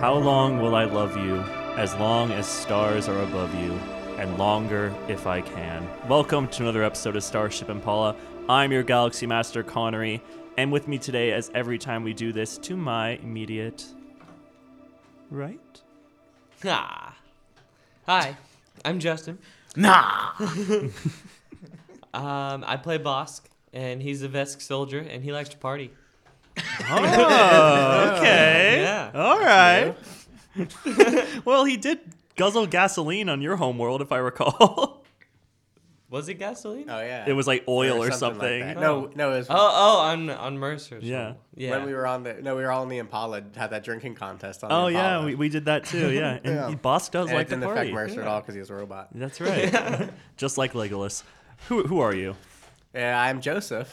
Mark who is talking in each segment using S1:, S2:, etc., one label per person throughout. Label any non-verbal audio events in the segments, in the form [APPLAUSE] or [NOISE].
S1: How long will I love you? As long as stars are above you, and longer if I can. Welcome to another episode of Starship Impala. I'm your Galaxy Master Connery, and with me today, as every time we do this, to my immediate right.
S2: Ah. Hi, I'm Justin.
S3: Nah.
S2: [LAUGHS] Um, I play Bosk, and he's a Vesk soldier, and he likes to party.
S1: Oh, okay.
S2: Yeah.
S1: All right. [LAUGHS] well, he did guzzle gasoline on your homeworld, if I recall. [LAUGHS]
S2: Was it gasoline?
S3: Oh yeah.
S1: it was like oil or,
S3: like
S1: something.
S3: that. no, no, it was
S2: Oh, oh, on on Mercer.
S1: Yeah.
S2: yeah.
S3: when we were on the no, we were all in the Impala had that drinking contest on.
S1: Oh
S3: the
S1: yeah,
S3: Impala.
S1: we, we did that too. Yeah, and
S3: Yeah.
S1: Boss does
S3: and it
S1: like the
S3: didn't affect
S1: party.
S3: Mercer at all because he was a robot.
S1: That's right. [LAUGHS] Just like Legolas. Who who are you?
S3: And I'm Joseph,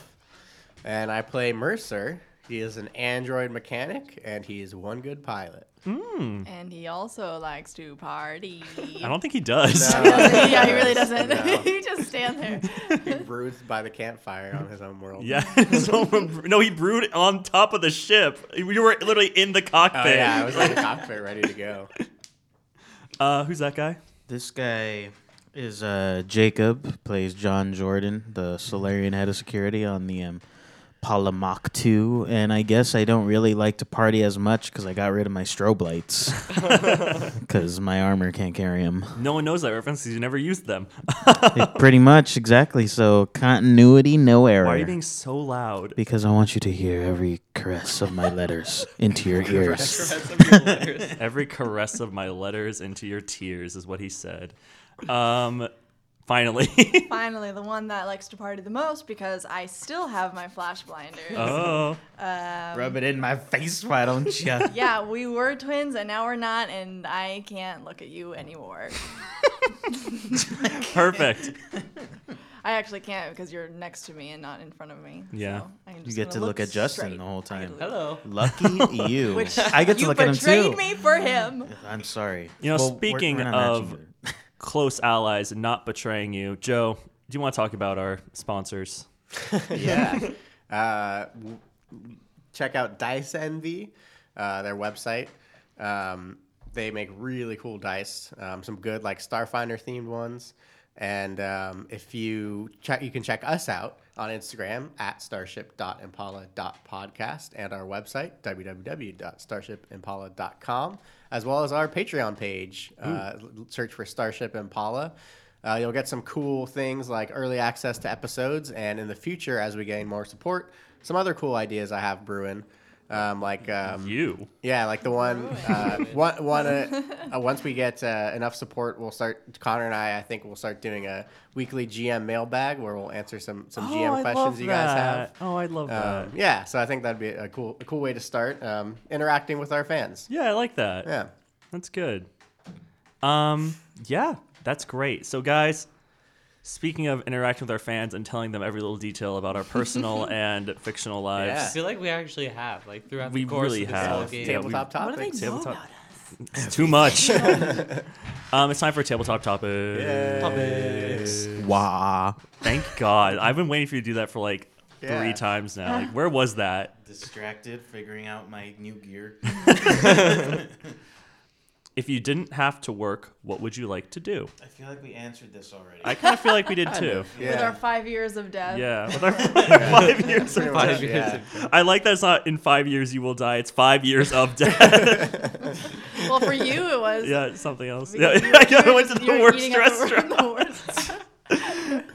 S3: and I play Mercer. He is an android mechanic, and he is one good pilot.
S4: And he also likes to party.
S1: I don't think he does.
S3: No.
S4: yeah,
S3: [LAUGHS]
S4: he really doesn't. [LAUGHS]
S3: No.
S4: he just stand there.
S3: He broods by the campfire on his own
S1: [LAUGHS]
S3: world.
S1: Yeah. [LAUGHS] So, no, he brewed on top of the ship. You were literally in the
S3: Oh
S1: cockpit.
S3: yeah, I was in the cockpit ready to go.
S1: uh, who's that guy?
S5: This guy is uh, Jacob, plays John Jordan, the Solarian head of security on the um, Palamok 2. And I guess I don't really like to party as much because I got rid of my strobe [LAUGHS] lights because my armor can't carry them.
S1: No one knows that reference because you never used them. [LAUGHS]
S5: Pretty much, exactly. So continuity, no error.
S1: Why are you being so loud?
S5: because I want you to hear every caress of my letters into your ears.
S1: Every caress of my letters into your tears is what he said. Um, finally. [LAUGHS]
S4: Finally, the one that likes to party the most because I still have my flash blinders.
S1: oh.
S5: Um, Rub it in my face, why don't you?
S4: [LAUGHS] Yeah, we were twins and now we're not, and I can't look at you anymore.
S1: Perfect.
S4: I actually can't because you're next to me and not in front of me.
S1: Yeah.
S4: so I'm just
S5: You get
S4: gonna
S5: to look at Justin
S4: straight.
S5: the whole time.
S2: Hello.
S4: [LAUGHS]
S5: Lucky you.
S4: Which
S5: I get to
S4: you
S5: look at him
S4: betrayed
S5: too.
S4: me for him.
S5: [LAUGHS] I'm sorry.
S1: You know,
S5: we're-
S1: speaking
S5: we're not
S1: of-
S5: matching it.
S1: Close allies and not betraying you. Joe, do you want to talk about our sponsors?
S3: [LAUGHS] yeah. Uh, w- check out Dice Envy, uh, their website. Um, they make really cool dice, um, some good like Starfinder themed ones. And um, if you check, you can check us out on Instagram at starship.impala.podcast and our website www.starshipimpala.com, as well as our Patreon page. Uh, l- search for Starship Impala. Uh, you'll get some cool things like early access to episodes, and in the future, as we gain more support, some other cool ideas I have brewing, um, like um,
S1: You.
S3: yeah, like the one, uh, [LAUGHS] one, one uh, uh, once we get uh, enough support, we'll start. Connor and I, I think we'll start doing a weekly GM mailbag where we'll answer some some GM questions you guys have.
S1: Oh, I love Oh, that.
S3: Um, yeah, so I think that'd be a cool a cool way to start um, interacting with our fans.
S1: yeah, I like that.
S3: Yeah,
S1: That's good. Um, yeah, that's great. So, guys, speaking of interacting with our fans and telling them every little detail about our
S3: [LAUGHS]
S1: personal and fictional
S2: I
S1: lives,
S2: feel like we actually have like throughout
S1: We
S2: the course
S1: really
S2: of this whole
S1: have.
S2: game.
S1: Yeah, we-
S3: tabletop topics.
S1: tabletop. It's too much.
S3: [LAUGHS]
S1: um, it's time for tabletop topics.
S2: Topics.
S5: Wah.
S1: Thank God. I've been waiting for you to do that for like three
S3: Yeah.
S1: times now. Like, where was that?
S5: Distracted, figuring out my new
S2: [LAUGHS]
S5: gear. [LAUGHS]
S1: If you didn't have to work, what would you like to do?
S5: I feel like we answered this already.
S1: I kind of feel like
S3: [LAUGHS]
S1: we did too.
S3: Yeah.
S4: With our five years of death.
S1: Yeah, with our five years of
S3: Pretty much,
S2: Five years
S3: yeah.
S1: I like that it's not in five years you will die. It's five years of
S4: [LAUGHS]
S1: death.
S4: Well, for you it
S1: [LAUGHS]
S4: was.
S1: yeah, something else. Yeah,
S4: because
S1: [LAUGHS]
S4: you
S1: I
S4: were- you
S1: went to
S4: just-
S1: the
S4: you were
S1: worst
S4: eating at the-
S1: restaurant.
S4: the worst.
S1: [LAUGHS]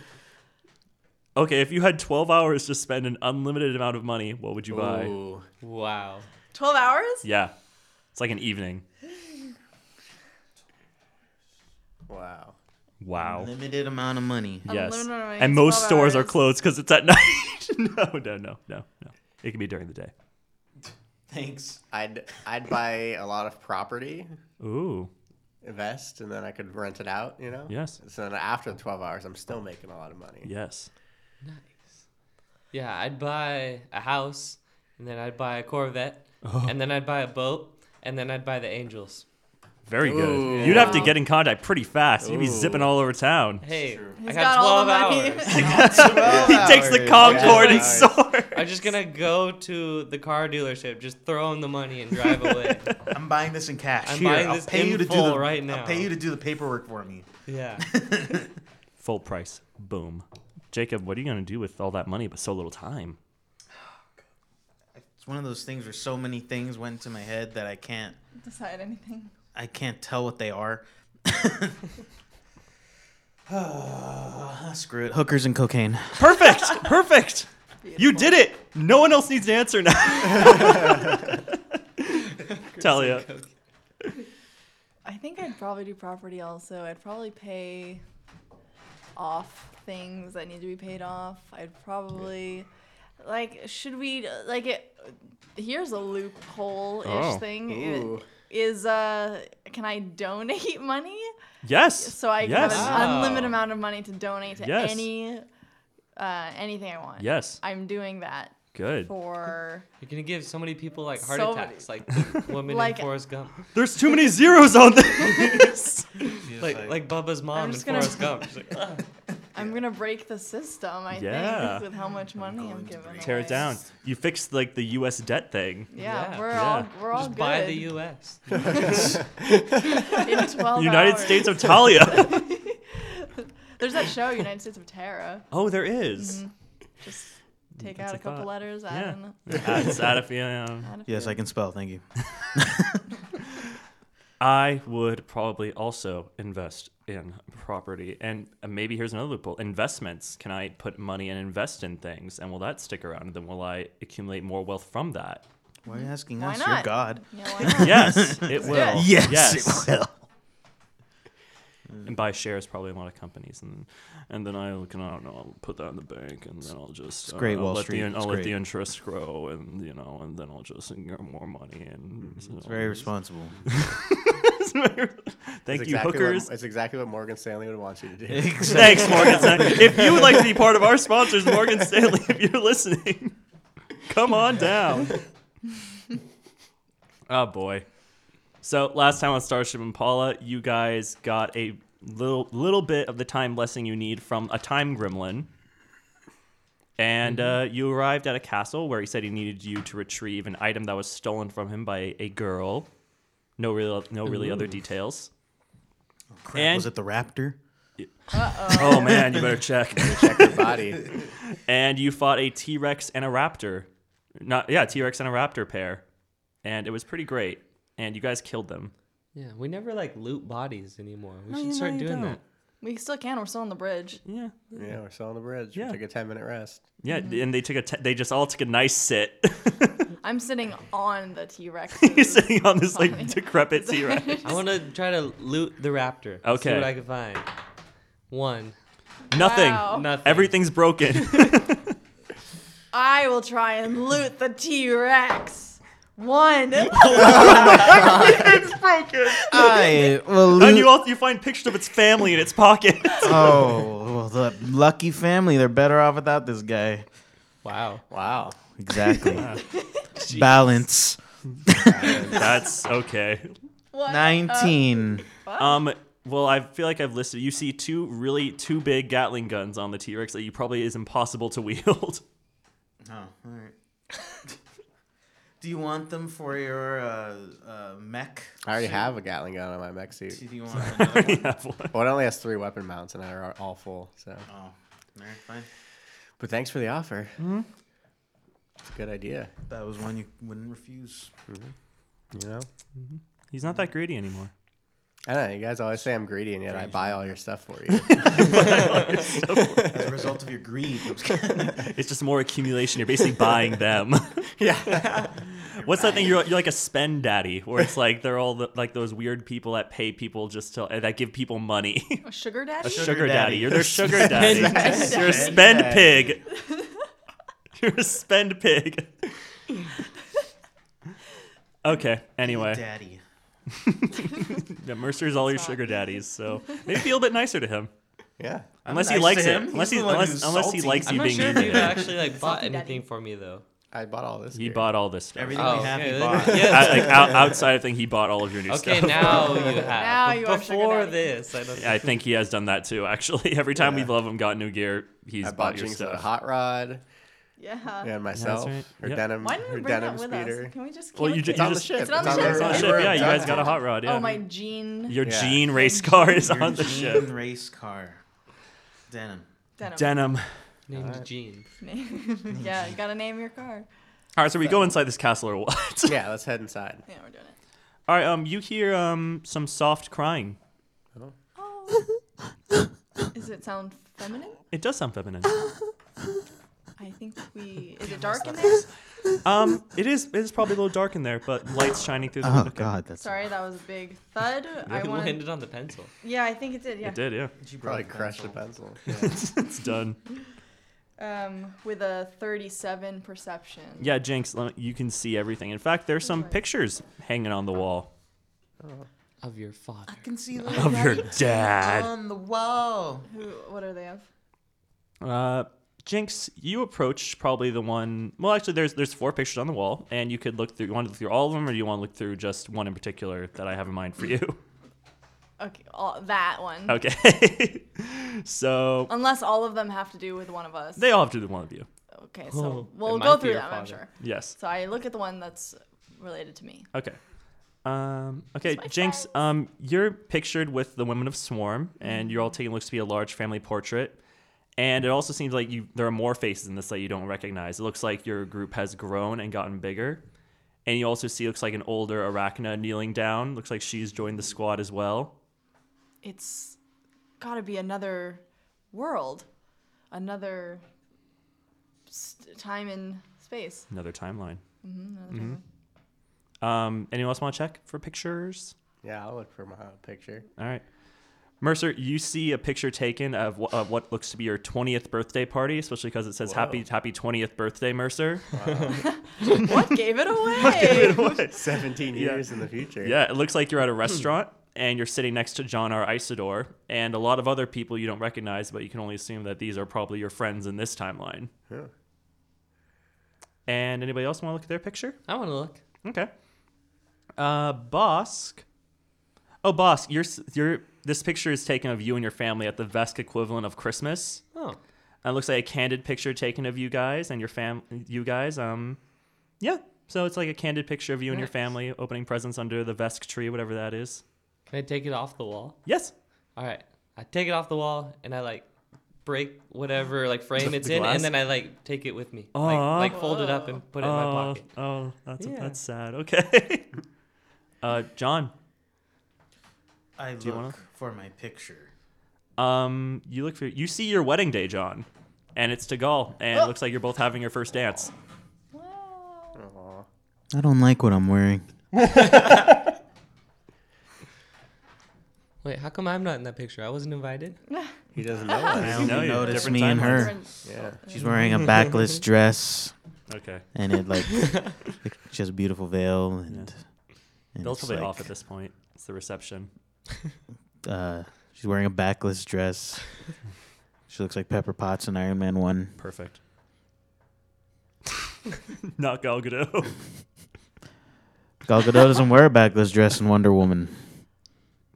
S4: [LAUGHS]
S1: Okay, if you had 12 hours to spend an unlimited amount of money, what would you buy?
S3: Ooh.
S2: Wow.
S4: 12 hours?
S1: Yeah, it's like an evening.
S3: Wow.
S1: Wow.
S5: Limited amount of money.
S1: Yes.
S4: Unlimited money,
S1: And most
S4: 12
S1: stores are
S4: hours.
S1: closed because it's at [LAUGHS] night. no, no, no, no, no. It can be during the day.
S5: Thanks.
S3: I'd I'd buy a lot of property,
S1: Ooh,
S3: invest, and then I could rent it out. You know.
S1: yes.
S3: So then after the 12 hours, I'm still making a lot of money.
S1: Yes.
S2: Yeah, I'd buy a house, and then I'd buy a Corvette, and then I'd buy a boat, and then I'd buy the Angels.
S1: Very good.
S3: Ooh.
S1: You'd have to
S4: Wow.
S1: get in contact pretty fast. You'd be
S3: Ooh.
S1: zipping all over town.
S2: Hey,
S1: [LAUGHS]
S5: True.
S2: I
S4: He's
S2: got, [LAUGHS]
S4: [LAUGHS] all the
S2: 12
S4: money.
S2: hours.
S1: he takes the Concord and
S3: Yeah.
S1: sword.
S2: I'm just gonna go to the car dealership, just throw him the money and drive [LAUGHS] away.
S6: I'm buying this in cash.
S2: I'm
S6: Here,
S2: buying
S6: I'll
S2: this
S6: pay
S2: in
S6: you to do
S2: full
S6: the,
S2: right
S6: I'll
S2: now.
S6: pay you to do the paperwork for me.
S2: yeah.
S1: Full price. Boom. Jacob, what are you gonna do with all that money but so little time?
S5: It's one of those things where so many things went to my head that I can't
S4: Decide anything.
S5: I can't tell what they are. [LAUGHS] Screw it. Hookers and cocaine.
S1: Perfect. Perfect. You did it. No one else needs to answer now. Tell you.
S4: I think I'd probably do property also. I'd probably pay off things that need to be paid off. I'd probably like should we like it here's a loophole ish
S1: Oh.
S4: thing
S3: Ooh.
S4: It- is uh can I donate [LAUGHS] money
S1: Yes.
S4: so I can
S1: yes.
S4: have an
S2: Wow.
S4: unlimited amount of money to donate to
S1: Yes.
S4: any uh anything I want.
S1: Yes.
S4: I'm doing that
S1: Good.
S4: for
S2: You're gonna give so many people like heart
S4: So many.
S2: attacks, like the woman
S4: Like-
S2: in
S1: [LAUGHS]
S2: Forrest Gump,
S1: There's too many zeros on
S4: [LAUGHS]
S1: this.
S2: like like Bubba's mom in
S4: just gonna-
S2: Forrest [LAUGHS] Gump. She's like, "Ugh."
S4: I'm gonna break the system, I
S1: Yeah.
S4: think, with how much money I'm giving.
S1: Tear it
S4: away.
S1: down. You fixed like the U.S. debt thing.
S4: Yeah,
S2: Yeah.
S4: we're
S1: Yeah.
S4: all we're all
S2: just
S4: good. [LAUGHS]
S2: buy the U.S.
S4: in 12
S1: United
S4: hours.
S1: States of Talia.
S4: [LAUGHS] There's that show, United States of Terra.
S1: oh, there is.
S4: Mm-hmm. Just take
S1: That's Mm,
S4: out
S1: a
S4: a couple
S1: thought.
S4: letters, add
S1: Yeah.
S4: in.
S1: [LAUGHS] Add- it's out of- yeah, yeah.
S4: add a
S5: Yes,
S4: few.
S5: I can spell. Thank you.
S1: I would probably also invest in property, and uh, maybe here's another loophole: investments. Can I put money and invest in things, and will that stick around? And then will I accumulate more wealth from that?
S5: Why are you asking
S4: Why
S5: us? You're
S4: not?
S5: God.
S4: Yeah,
S1: [LAUGHS]
S4: why not?
S1: Yes, it will.
S5: Yes,
S1: yes.
S5: it will.
S1: And buy shares probably in a lot of companies, and and then I'll can I don't know I'll put that in the bank, and then I'll just uh,
S5: great,
S1: I'll
S5: Wall
S1: let
S5: Street.
S1: The, in- I'll
S5: It's
S1: let the
S5: great.
S1: interest grow, and you know, and then I'll just get more money, and you know. [LAUGHS]
S5: Mm-hmm. Very responsible.
S1: Thank
S3: It's
S1: you,
S3: exactly what-
S1: hookers.
S3: it's exactly what Morgan Stanley would want you to do.
S1: [LAUGHS] Thanks, Morgan Stanley. If you would like to be part of our sponsors, Morgan Stanley, if you're listening, come on down. [LAUGHS] Oh boy. So last time on Starship Impala, you guys got a little little bit of the time blessing you need from a time gremlin. And uh, you arrived at a castle where he said he needed you to retrieve an item that was stolen from him by a girl. No real, no really other details.
S5: [LAUGHS] Crap,
S1: And-
S5: was it the raptor?
S1: Oh man, you better [LAUGHS] check.
S3: Check your body.
S1: and you fought a T Rex and a raptor. Not yeah, T Rex and a raptor pair, and it was pretty great. And you guys killed them.
S2: Yeah, we never like loot bodies anymore. We
S1: you-
S2: should start
S1: no, you
S2: doing
S1: don't.
S2: that.
S4: We still can. We're still on
S1: [LAUGHS]
S4: the bridge.
S1: Yeah,
S3: Yeah, we're still on the bridge.
S1: Yeah.
S3: We took a 10 minute rest.
S1: yeah. And they took a t- they just all took a nice sit, [LAUGHS]
S4: I'm sitting on the T Rex.
S1: sitting on this like decrepit T Rex.
S2: I want to try to loot the raptor. See
S1: Okay.
S2: what I can find. One.
S1: Nothing.
S2: [LAUGHS]
S4: Wow.
S2: Nothing.
S1: Everything's broken.
S4: [LAUGHS]
S1: [LAUGHS]
S4: I will try and loot the T Rex.
S1: [LAUGHS]
S4: One.
S1: Oh
S4: [LAUGHS]
S5: [LAUGHS] I will
S1: and
S5: loo-
S1: you also you find pictures of its family in its pocket.
S5: Oh, well, [LAUGHS] the lucky family. They're better off without this guy.
S2: Wow.
S3: Wow.
S5: Exactly. Balance.
S1: That's okay.
S4: What?
S5: 19.
S1: Um. Well, I feel like I've listed. You see two really two big Gatling guns on the T Rex that you probably is impossible to wield. [LAUGHS]
S5: Oh, all right. Do you want them for your uh, uh, mech?
S3: I already have a Gatling gun on my mech
S5: Do
S3: suit.
S5: you want
S1: [LAUGHS]
S5: another one?
S1: Have one.
S3: Well, it only has three weapon mounts, and they're all full. So,
S5: Oh, all right, fine.
S3: but thanks for the offer.
S1: Mm-hmm.
S3: It's a good idea.
S5: That was one you wouldn't refuse.
S1: [LAUGHS]
S3: You know,
S1: He's not that greedy anymore.
S3: I don't know. You guys always say I'm greedy, and yet I buy all your stuff
S1: [LAUGHS]
S3: for you.
S5: As a result of your greed.
S1: It's just more accumulation. You're basically buying them.
S3: yeah.
S1: [LAUGHS] What's that thing? You're, you're like a spend daddy, where it's like they're all the, like those weird people that pay people just to that give people money.
S4: A Uh, sugar daddy?
S1: sugar,
S5: Sugar
S1: daddy. [LAUGHS]
S5: daddy.
S1: You're their sugar daddy. You're a
S5: Spend
S1: spend
S5: daddy.
S1: pig. [LAUGHS] You're a spend pig. Okay. Anyway,
S5: Daddy.
S1: yeah, Mercer's all your sugar daddies, so maybe be a little bit nicer to him.
S3: Yeah.
S1: Unless he
S5: nice
S1: likes
S5: to
S1: it.
S5: him.
S1: Unless
S5: He's
S1: he
S5: the one
S1: unless,
S5: who's
S1: unless he
S5: salty.
S1: likes
S2: I'm
S1: you
S2: not
S1: being
S2: sure if
S1: mean.
S2: you've
S1: to him.
S2: actually like bought
S4: Salty daddy.
S2: anything for me though.
S3: I bought all this.
S1: He
S3: gear.
S1: bought all this stuff.
S5: Everything we have,
S2: okay,
S5: he
S1: [LAUGHS]
S2: then-
S5: bought.
S2: yeah,
S1: I- like, out, outside of thing, he bought all of your new
S2: Okay,
S1: stuff. [LAUGHS]
S2: now you have.
S4: Now you are sugar
S2: Before
S4: daddy.
S2: this, I don't.
S1: Yeah, I think he has done that too. Actually, [LAUGHS] every time
S3: Yeah.
S1: we've love him got new gear, he's
S3: I
S1: bought
S3: bought
S1: your
S3: drinks with a
S1: stuff.
S3: hot rod.
S4: Yeah.
S3: and myself.
S1: right.
S3: Her
S1: Yep.
S3: denim,
S4: Why didn't
S3: her
S4: we bring
S3: denim
S4: that with
S3: speeder.
S4: us? Can we just keep
S1: Well, you,
S4: it?
S1: ju-
S3: It's
S1: you
S3: on the
S1: just
S3: ship.
S4: It's on the
S1: it's
S4: ship.
S1: on the
S4: Yeah.
S1: ship. Yeah, you guys
S3: Yeah.
S1: got a hot rod. Yeah.
S4: Oh my jean
S1: Your
S3: Yeah.
S1: Gene race car is on the
S5: Your
S1: ship.
S5: Jean race car. Denim.
S4: denim.
S1: Denim.
S2: Named Gene.
S4: [LAUGHS] yeah, you gotta name your car.
S1: All right, so we go inside this castle or what?
S3: [LAUGHS] Yeah, let's head inside.
S4: Yeah, we're doing it.
S1: [LAUGHS] All right, um, you hear um some soft crying.
S4: Oh. Does it sound feminine?
S1: It does sound
S4: [LAUGHS]
S1: feminine.
S4: I think we. Is it dark in there?
S1: Um, it is it is probably a little dark in there, but light's shining through the
S5: Oh
S1: window.
S5: God, that's
S4: Sorry, that was a big thud. I
S2: It
S4: wanted.
S2: landed on the pencil.
S4: Yeah, I think it did. Yeah.
S1: It did, yeah. [LAUGHS]
S6: She
S3: Probably
S6: broke
S3: crushed a
S6: pencil.
S3: pencil.
S1: it's done.
S4: Um, with a 37 perception.
S1: Yeah, Jinx, let me- you can see everything. In fact, there's some
S4: Right.
S1: pictures hanging on the wall
S2: Of your father.
S6: I can see the
S1: [LAUGHS] of your dad.
S6: on the wall.
S4: Who? What are they of?
S1: Uh, Jinx, you approach probably the one. Well, actually, there's there's four pictures on the wall, and you could look through. You want to look through all of them, or do you want to look through just one in particular that I have in mind for you? [LAUGHS]
S4: Okay, all, that one.
S1: Oh. Okay. [LAUGHS] so
S4: Unless all of them have to do with one of us.
S1: they all have to do one of you.
S4: okay,
S2: Oh.
S4: so we'll
S2: It
S4: go
S2: might be
S4: through
S2: your
S4: them, I'm
S2: father.
S4: sure.
S1: Yes.
S4: So I look at the one that's related to me.
S1: Okay. Um, okay,
S4: It's my
S1: Jinx, um, you're pictured with the women of Swarm, and you're all
S4: Mm-hmm.
S1: taking looks to be a large family portrait. And it also seems like you there are more faces in this that you don't recognize. It looks like your group has grown and gotten bigger. And you also see looks like an older Arachna kneeling down. Looks like she's joined the squad as well.
S4: It's gotta be another world, another st- time and [LAUGHS] space.
S1: Another timeline.
S4: Mm-hmm,
S1: Mm-hmm. Um, anyone else want to check for pictures?
S3: Yeah, I'll look for my picture.
S1: All right. Mercer, you see a picture taken of, wh- of what looks to be your 20th birthday party, especially because it says happy happy 20th birthday, Mercer.
S4: What gave it away?
S3: [LAUGHS] 17 years in the future.
S1: yeah, it looks like you're at a restaurant and you're sitting next to John R. Isidore and a lot of other people you don't recognize, but you can only assume that these are probably your friends in this timeline.
S3: Huh.
S1: And anybody else want to look at their picture?
S2: I want to look.
S1: Okay. Uh, Bosk. Oh, Bosk, you're, s- you're, this picture is taken of you and your family at the Vesk equivalent of Christmas.
S2: Oh,
S1: It looks like a candid picture taken of you guys and your fam, you guys. Um, yeah. So it's like a candid picture of you and your
S2: Nice.
S1: family opening presents under the Vesk tree, whatever that is.
S2: can I take it off the wall?
S1: Yes.
S2: All right. I take it off the wall and I like break
S1: [LAUGHS]
S2: whatever like frame
S1: The-
S2: it's
S1: the
S2: in,
S1: glass?
S2: and then I like take it with me,
S1: Aw.
S2: like, like fold it up and put it in my pocket.
S1: Oh, that's
S2: Yeah.
S1: that's sad. [LAUGHS] Okay. uh, John,
S5: I
S1: you
S5: look
S1: wanna-
S5: for my picture.
S1: um, you look for you see your wedding day, John, and it's Tagal, and
S2: Oh.
S1: it looks like you're both having your first dance.
S4: Wow.
S3: Aw.
S5: I don't like what I'm wearing.
S2: Wait, how come I'm not in that picture? I wasn't invited.
S3: He doesn't know us.
S5: I
S1: know
S5: only
S1: you.
S5: noticed
S1: Different
S5: me and her.
S4: Different-
S3: Yeah.
S5: She's wearing [LAUGHS] a backless dress,
S1: Okay.
S5: and it [LAUGHS] like she has a beautiful veil, and, and
S1: Bill's
S5: it's,
S1: probably off
S5: like,
S1: at this point. It's the reception.
S5: Uh, she's wearing a backless dress. she looks like Pepper Potts in Iron Man One.
S1: Perfect. [LAUGHS] Not Gal Gadot.
S5: Gal Gadot doesn't wear a backless dress in Wonder Woman.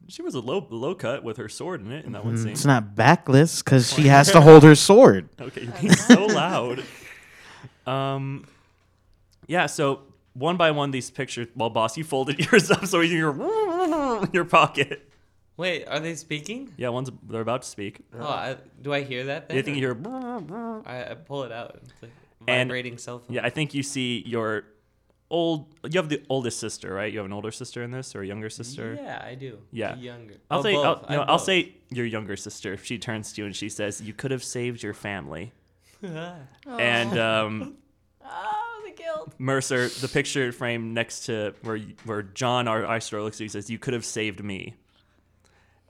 S1: She was a low low cut with her sword in it in that one
S5: Mm,
S1: scene.
S5: It's not backless because she has
S1: [LAUGHS]
S5: to hold her sword.
S1: Okay, you're being so loud. Um, yeah. So one by one, these pictures. Well, boss, you folded [LAUGHS] yours up, so you're in [LAUGHS] your pocket.
S2: Wait, are they speaking?
S1: Yeah, one's they're about to speak.
S2: Oh, I, do I hear that? Then?
S1: I think you hear.
S2: I, I pull it out. It's like
S1: And-
S2: vibrating cell phone.
S1: Yeah, I think you see your old. You have the oldest sister, right? You have an older sister in this, or a younger sister.
S2: Yeah, I do.
S1: Yeah.
S2: The younger.
S1: I'll
S2: Oh,
S1: say.
S2: both.
S1: I'll,
S2: I
S1: no, I'll
S2: both.
S1: say your younger sister. She turns to you and she says, "You could have saved your family." And um,
S4: Oh, the guilt.
S1: Mercer, the picture frame next to where where John R. Isidore looks at you says, "You could have saved me."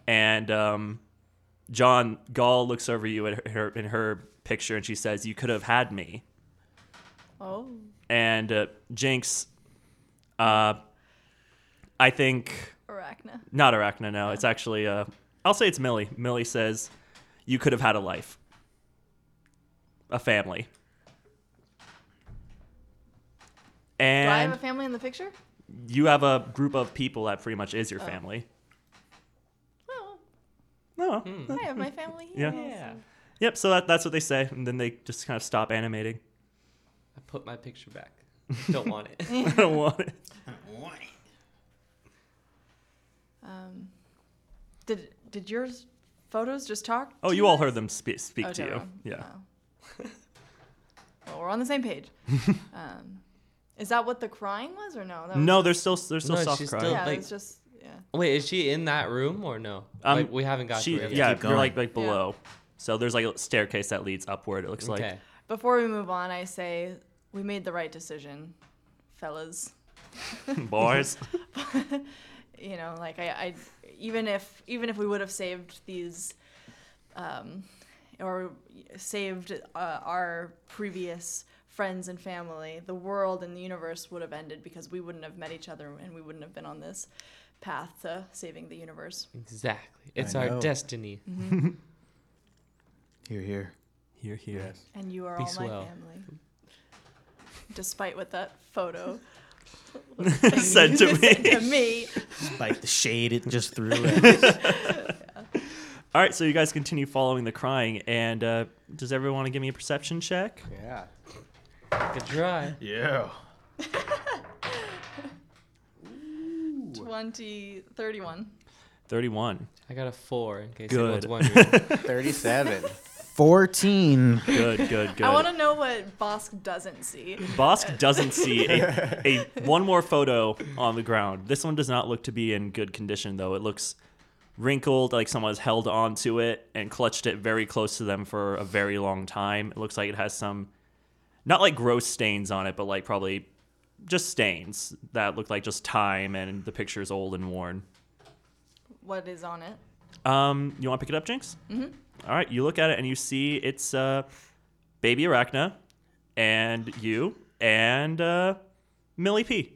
S1: And um, John Gall looks over you at her in her picture, and she says, "You could have had me."
S4: Oh.
S1: And uh, Jinx, uh, I think
S4: Arachna.
S1: not Arachna. No, it's actually uh, I'll say it's Millie. Millie says, "You could have had a life, a family."
S4: Do
S1: And
S4: I have a family in the picture?
S1: you have a group of people that pretty much is your family. Oh,
S4: Oh,
S1: No.
S4: Hmm. I have my family
S1: Yeah.
S4: here.
S2: Yeah.
S1: Yep. So that, that's what they say, and then they just kind of stop animating. [LAUGHS]
S2: I put my picture back. Don't want it.
S1: I don't want it.
S4: Um, did did yours photos just talk?
S1: Oh,
S4: to
S1: you all
S4: us?
S1: heard them spe- speak
S4: Oh,
S1: to you.
S4: Tara.
S1: Yeah.
S4: Oh. [LAUGHS] well, we're on the
S1: [LAUGHS]
S4: same page. um, is that what the crying was, or no? That was
S1: No,
S4: just-
S1: there's still there's still
S2: No,
S1: soft
S2: she's
S1: crying.
S2: still-
S4: Oh. yeah,
S2: like-
S4: it's just yeah.
S2: Wait, is she in that room or no?
S1: Um,
S2: like we haven't got
S1: she,
S2: to her yet.
S1: yeah,
S5: Keep
S1: you're like
S5: going.
S1: like below. So there's like a staircase that leads upward. It looks
S2: Okay.
S1: like.
S4: Before we move on, I say we made the right decision, fellas.
S1: [LAUGHS]
S2: [LAUGHS]
S1: Boys.
S4: you know, like I, I even if even if we would have saved these, um, or saved uh, our previous friends and family, the world and the universe would have ended because we wouldn't have met each other and we wouldn't have been on this path to saving the universe.
S2: Exactly. It's
S3: I
S2: our
S3: know.
S2: destiny.
S4: Mm.
S5: Here, here.
S1: Here, here.
S3: Yes.
S4: And you are
S2: Be
S4: all
S2: swell.
S4: my family. Despite what that photo
S1: [LAUGHS] Said to
S4: [LAUGHS] said
S1: me.
S4: to me.
S5: Despite the shade it just threw at
S1: All right, so you guys continue following the crying, and uh, does everyone want to give me a perception check?
S3: Yeah.
S2: Good try.
S6: Yeah.
S4: 20, 31.
S1: Thirty-one.
S2: I got a four in case
S1: Good. [LAUGHS]
S2: anyone's wondering.
S4: [LAUGHS]
S3: 37.
S5: 14.
S1: Good, good, good.
S4: I want to know what Bosk doesn't see.
S1: Bosk doesn't see a, a one more photo on the ground. This one does not look to be in good condition though. It looks wrinkled, like someone's held onto it and clutched it very close to them for a very long time. It looks like it has some not like gross stains on it, but like probably just stains that look like just time and the picture's old and worn.
S4: What is on it?
S1: Um, you want to pick it up, Jinx? Mm-hmm. All right, you look at it and you see it's uh, baby Arachna, and you and uh, Millie P.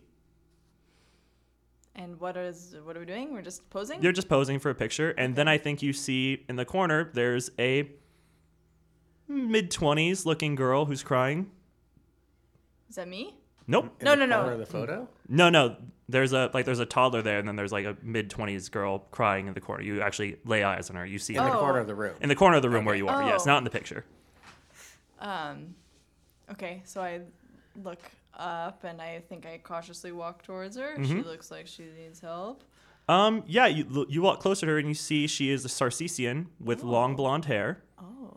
S4: And what is what are we doing? We're just posing.
S1: You're just posing for a picture, and then I think you see in the corner there's a mid twenties looking girl who's crying.
S4: Is that me?
S1: Nope,
S4: No, no, no.
S3: Of the photo?
S1: no, no. There's a like there's a toddler there, and then there's like a mid twenties girl crying in the corner. You actually lay eyes on her. You see
S3: In the
S1: her
S4: Oh.
S3: corner of the room.
S1: in the corner of the room where you are. Yes,
S4: Oh.
S1: not in the picture.
S4: Um, okay, so I look up and I think I cautiously walk towards her. She
S1: Mm-hmm.
S4: looks like she needs help.
S1: Um, yeah, you you walk closer to her and you see she is a Sarcesian with long blonde hair,
S4: Oh,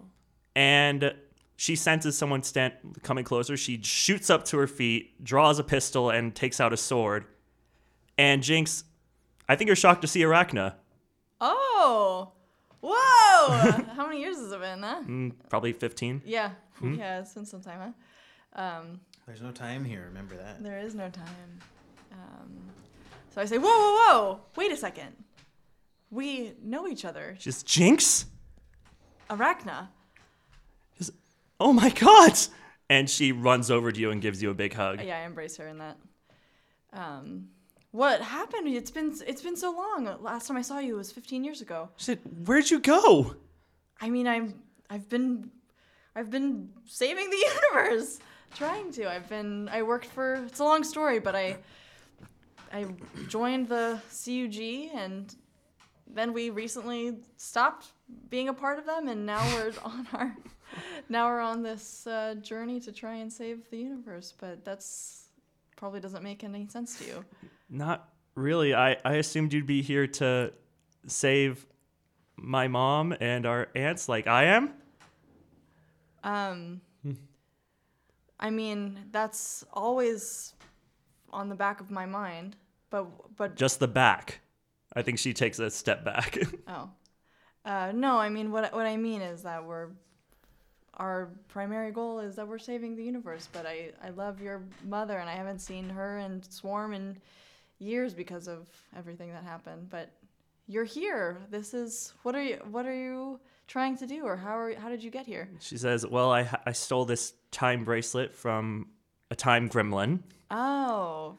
S1: and she senses someone stand coming closer. She shoots up to her feet, draws a pistol, and takes out a sword. And Jinx, I think you're shocked to see Arachna.
S4: oh,
S1: [LAUGHS]
S4: whoa! How many years has it been? Huh?
S1: Mm, Mm-hmm. probably 15.
S4: Yeah, yeah, it's been some time. Huh? Um,
S5: There's no time here, remember that.
S4: There is no time. Um, so I say, whoa, whoa, whoa! Wait a second. We know each other.
S1: Just Jinx.
S4: Arachna.
S1: Oh my god! And she runs over to you and gives you a big hug.
S4: Yeah, I embrace her in that. Um, what happened? It's been it's been so long. Last time I saw you was 15 years ago.
S1: She said, "Where'd you go?"
S4: I mean, I'm I've been I've been saving the [LAUGHS] universe, trying to. I've been I worked for. It's a long story, but I I joined the CUG and then we recently stopped being a part of them, and now we're [LAUGHS] on our now we're on this uh, journey to try and save the universe. But that's probably doesn't make any sense to you.
S1: Not really. I, I assumed you'd be here to save my mom and our aunts like I am.
S4: Um, I mean, that's always on the back of my mind, but but
S1: Just the back. I think she takes a step back. [LAUGHS]
S4: oh, uh, no. I mean, what what I mean is that we're our primary goal is that we're saving the universe. But I I love your mother, and I haven't seen her and Swarm in years because of everything that happened. But you're here. This is what are you what are you trying to do, or how are how did you get here?
S1: she says, Well, I, I stole this time bracelet from a time gremlin.
S4: Oh,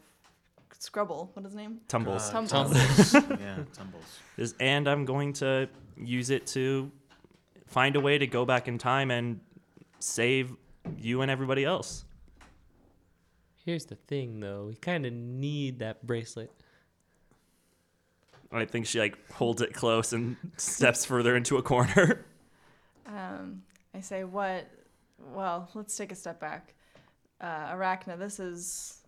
S4: Scrubble. What is his name?
S1: Tumbles.
S4: Tumbles.
S5: Uh, Tumbles. [LAUGHS] yeah, tumbles.
S1: Says, and I'm going to use it to find a way to go back in time and save you and everybody else.
S2: Here's the thing, though. We kind of need that bracelet.
S1: I think she like holds it close and [LAUGHS] steps further into a corner. [LAUGHS]
S4: Um, I say, what? Well, let's take a step back. uh, Arachna. This is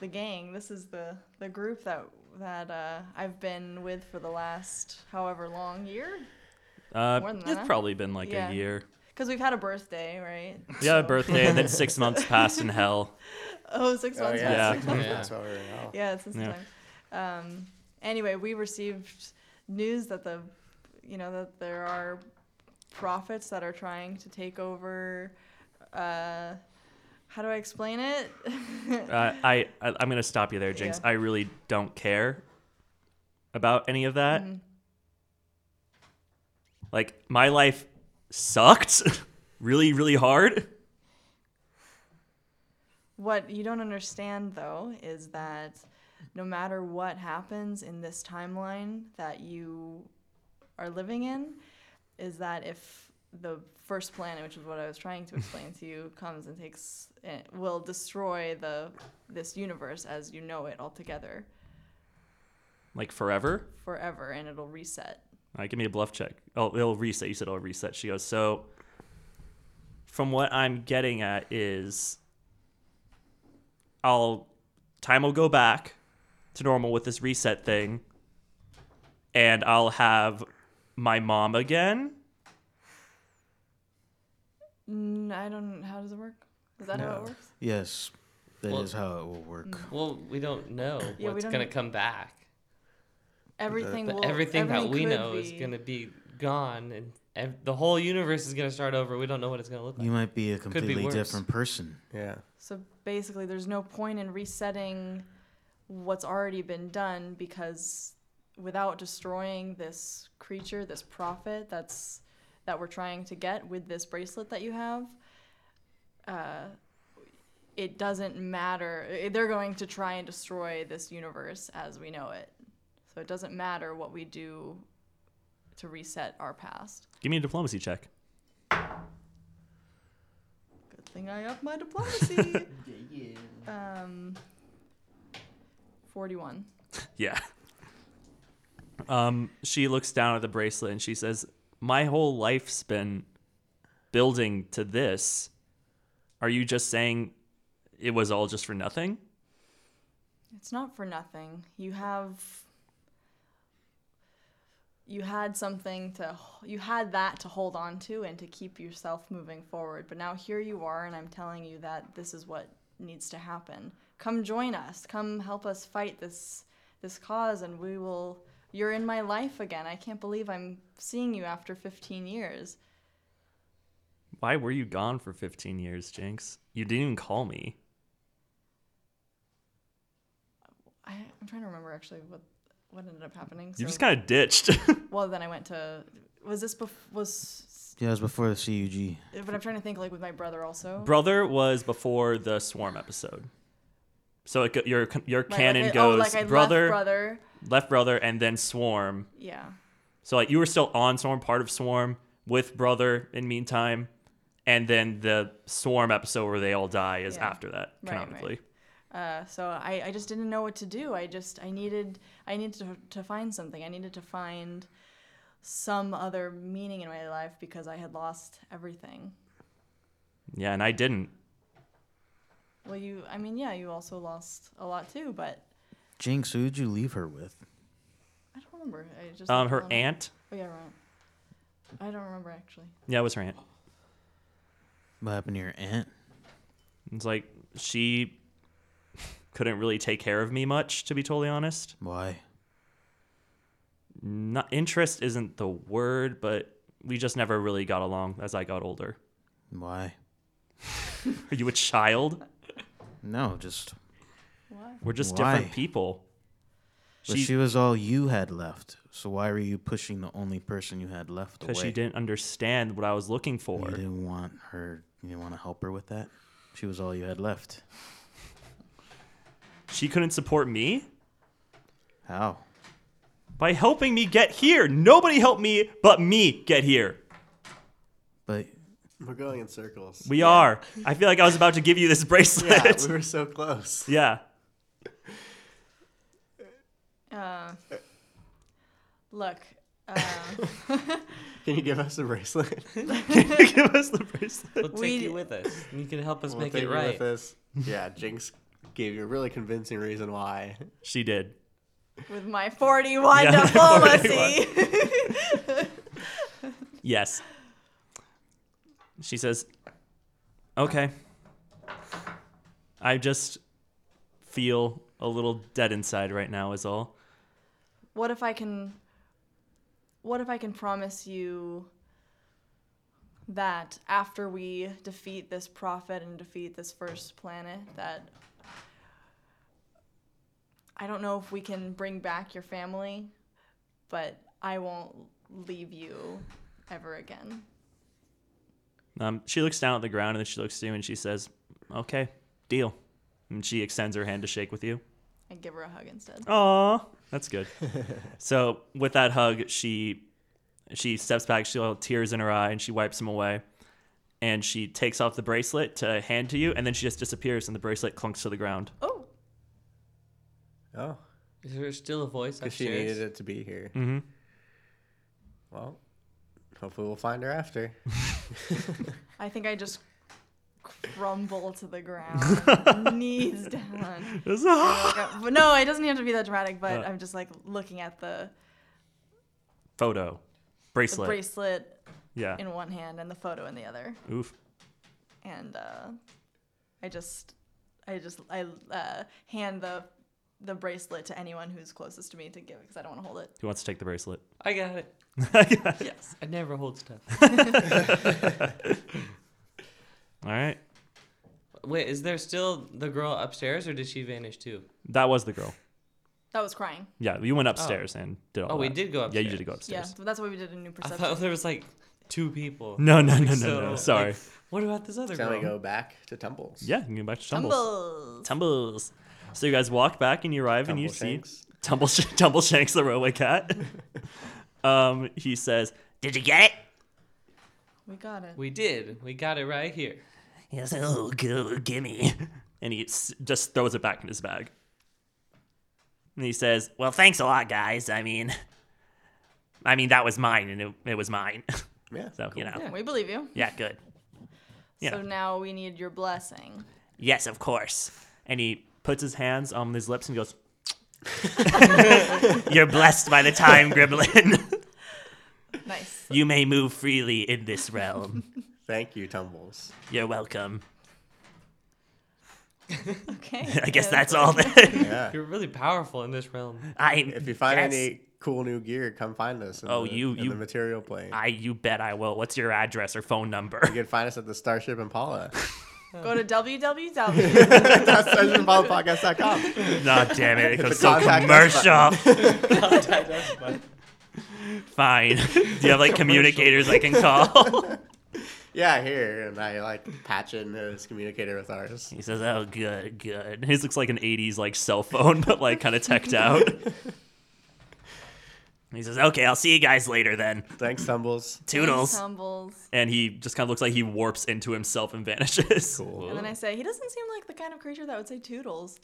S4: the gang. This is the the group that that uh, I've been with for the last however long year.
S1: Uh,
S4: More than
S1: it's
S4: that.
S1: probably been like
S4: Yeah.
S1: a year.
S4: Because we've had a birthday, right?
S1: Yeah,
S4: So-
S1: birthday, and then six months passed in hell.
S4: Oh, six
S3: Oh,
S4: months.
S3: yeah.
S1: Yeah.
S3: Six
S4: [LAUGHS]
S3: months,
S2: Yeah.
S3: That's what we're in now.
S4: Yeah, it's
S1: Yeah.
S4: insane. Um, anyway, we received news that the, you know, that there are prophets that are trying to take over. Uh, how do I explain it? [LAUGHS]
S1: Uh, I, I I'm gonna stop you there, Jinx.
S4: Yeah.
S1: I really don't care about any of that. Like my life sucked [LAUGHS] really, really hard.
S4: what you don't understand though is that no matter what happens in this timeline that you are living in, is that if the first planet, which is what I was trying to explain to you, comes and takes, it will destroy the this universe as you know it altogether
S1: Like forever.
S4: forever, and it'll reset.
S1: All right, give me a bluff check. Oh, it'll reset. You said it'll reset. She goes, so from what I'm getting at is I'll time will go back to normal with this reset thing, and I'll have my mom again.
S4: Mm, I don't. How does it work? Is that how it works?
S5: Yes, that is
S2: Well- mm.
S5: how it will work.
S2: Well, we don't know
S4: Yeah, we
S2: what's
S4: don't
S2: gonna
S4: know.
S2: come back.
S4: Everything
S2: But
S4: will.
S2: everything that we
S4: could
S2: know is
S4: be-
S2: gonna be gone, and ev- the whole universe is gonna start over. We don't know what it's gonna look like.
S5: You might be a
S2: be
S5: completely
S2: worse.
S5: different person.
S3: Yeah.
S4: So basically, there's no point in resetting what's already been done because without destroying this creature, this prophet that's that we're trying to get with this bracelet that you have, uh, it doesn't matter. i- They're going to try and destroy this universe as we know it. So it doesn't matter what we do to reset our past.
S1: Give me a diplomacy check.
S4: Good thing I up my diplomacy. Um, forty-one.
S1: Yeah. [LAUGHS] Um, she looks down at the bracelet and she says, "My whole life's been building to this. Are you just saying it was all just for nothing?"
S4: It's not for nothing. You have you had something to you had that to hold on to and to keep yourself moving forward. But now here you are and I'm telling you that this is what needs to happen. Come join us. Come help us fight this this cause and we will you're in my life again. I can't believe I'm seeing you after 15 years.
S1: Why were you gone for 15 years, Jinx? You didn't even call me.
S4: I, I'm trying to remember actually what what ended up happening.
S1: You
S4: So-
S1: just kind of ditched. [LAUGHS]
S4: well, then I went to was this bef- was
S5: Yeah, it was before the CUG.
S4: Yeah, But I'm trying to think, like with my brother also.
S1: Brother was before the swarm episode. So it, go- your your
S4: Like,
S1: canon
S4: like I-
S1: goes
S4: oh, like I
S1: brother,
S4: left brother.
S1: left brother and then swarm.
S4: Yeah,
S1: So like you were still on Swarm, part of Swarm with Brother in meantime, and then the Swarm episode where they all die is
S4: Yeah.
S1: after that
S4: Right, right.
S1: canonically.
S4: uh, so I, I just didn't know what to do. I just I needed I needed to, to find something. I needed to find some other meaning in my life because I had lost everything.
S1: Yeah, and I didn't.
S4: Well, you I mean yeah, you also lost a lot too, but
S5: Jinx, who'd you leave her with?
S4: I don't remember. I just
S1: Um, her
S4: don't know.
S1: aunt.
S4: Oh yeah, right. I don't remember actually.
S1: Yeah, it was her aunt.
S5: What happened to your aunt?
S1: It's like she couldn't really take care of me much, to be totally honest.
S5: Why?
S1: Not interest isn't the word, but we just never really got along as I got older.
S5: Why?
S1: Are you a child?
S5: No, just
S4: What?
S1: We're just
S5: Why?
S1: different people.
S5: but she was all you had left. So why were you pushing the only person you had left away?
S1: because she didn't understand what I was looking for.
S5: You didn't want her. You didn't want to help her with that. She was all you had left.
S1: She couldn't support me.
S5: How?
S1: by helping me get here. Nobody helped me but me get here.
S5: But
S3: We're going in circles.
S1: We are. I feel like I was about to give you this [LAUGHS]
S3: [LAUGHS] yeah,
S1: bracelet.
S3: we were so
S1: [LAUGHS]
S3: close.
S1: Yeah.
S4: Uh, look, uh,
S3: Can you give us a
S4: [LAUGHS]
S3: bracelet? Can you [LAUGHS] give us the bracelet?
S2: We'll take
S4: We-
S2: you with us. and You can help us
S3: We'll
S2: make
S3: take
S2: it
S3: you
S2: right.
S3: With us. [LAUGHS] Yeah, Jinx gave you a really convincing reason why.
S1: She did.
S4: with my 41
S1: Yeah,
S4: diplomacy.
S1: Yes. She says, Okay. I just feel a little dead inside right now, is all.
S4: [LAUGHS] what if I can what if I can promise you that after we defeat this prophet and defeat this first planet that I don't know if we can bring back your family, but I won't leave you ever again.
S1: Um, she looks down at the ground and then she looks to you and she says, Okay, deal. And she extends her hand to shake with you.
S4: I give her a hug instead.
S1: Aw, that's good. [LAUGHS] so with that hug, she she steps back. She has tears in her eye, and she wipes them away. And she takes off the bracelet to hand to you, and then she just disappears, and the bracelet clunks to the ground.
S4: Oh,
S3: Oh,
S2: Is there still a voice
S3: because she
S2: upstairs?
S3: needed it to be here.
S1: Mm-hmm.
S3: Well, hopefully we'll find her after.
S4: I think I just crumble to the
S1: [LAUGHS]
S4: ground, knees down. Like, uh, but no, it doesn't have to be that dramatic, but
S1: Uh.
S4: I'm just like looking at the,
S1: Photo,
S4: the
S1: bracelet. Uh.
S4: bracelet
S1: yeah.
S4: in one hand and the photo in the other,
S1: Oof.
S4: and uh, I just, I just, I uh, hand the the bracelet to anyone who's closest to me to give because I don't want to hold it.
S1: Who wants to take the bracelet? [LAUGHS]
S2: I got it.
S4: Yes.
S2: I never hold stuff.
S1: All right.
S2: Wait, is there still the girl upstairs, or did she vanish too?
S1: That was the girl.
S4: That was crying.
S1: Yeah, you went upstairs and did all.
S2: Oh, we
S1: that.
S2: did go
S1: Yeah, you did
S2: upstairs.
S1: go
S4: Yeah,
S1: upstairs.
S4: so that's why we did a new perception.
S2: I thought there was like two people.
S1: No, no,
S2: Like,
S1: no, no,
S2: so,
S1: no.
S2: like,
S1: Sorry.
S2: what about this other
S3: Shall we
S2: girl?
S3: go back to Tumbles?
S1: yeah, you can go back to tumbles.
S4: Tumbles.
S1: Tumbles. So you guys walk back and you arrive and you see
S3: Tumbleshanks.
S1: Tumble Tumble Shanks the railway cat. um, he says, "Did you get it?"
S4: We got it.
S2: We did. We got it right here.
S1: He goes, "Oh, go, gimme!" And he s- just throws it back in his bag. And he says, "Well, thanks a lot, guys. I mean, I mean that was mine, and it, it was mine. [LAUGHS]
S3: Yeah.
S1: so you know, yeah,
S4: We believe you.
S1: good. Yeah.
S4: So now we need your blessing.
S1: Yes, of course." And he puts his hands on his lips and goes, "You're blessed by the time, Gremlin."
S4: Nice.
S1: [LAUGHS] You may move freely in this realm.
S3: Thank you, Tumbles.
S1: You're welcome. [LAUGHS]
S4: Okay.
S1: I guess
S4: Yeah,
S1: that's all then. [LAUGHS]
S3: Yeah.
S2: You're really powerful in this realm.
S1: I
S3: If you find
S1: yes,
S3: any cool new gear, come find us. In
S1: Oh,
S3: the,
S1: you-
S3: in
S1: you-
S3: the material plane.
S1: I you bet I will. What's your address or phone [LAUGHS]
S3: You
S1: number?
S3: can find us at the
S1: [LAUGHS]
S3: Starship Impala. [LAUGHS]
S4: Go to www.
S3: That's starshipimprobapodcast.com.
S1: Nah, damn
S3: [LAUGHS]
S1: it, it goes so
S3: Contact us
S1: commercial.
S3: [LAUGHS]
S1: Fine. [LAUGHS] Do you have like communicators I can
S3: [LAUGHS]
S1: call? [LAUGHS]
S3: Yeah, here, and I like patch it into this communicator with ours.
S1: [LAUGHS] He says, "Oh, good, good." His looks like an '80s like cell phone, [LAUGHS] but like kind of teched out. [LAUGHS] He says, "Okay, I'll see you guys later then.
S3: Thanks, Tumbles.
S1: Toodles."
S4: Tumbles.
S1: And he just kind of looks like he warps into himself and vanishes.
S3: Cool.
S4: And then I say, he doesn't seem like the kind of creature that would say toodles.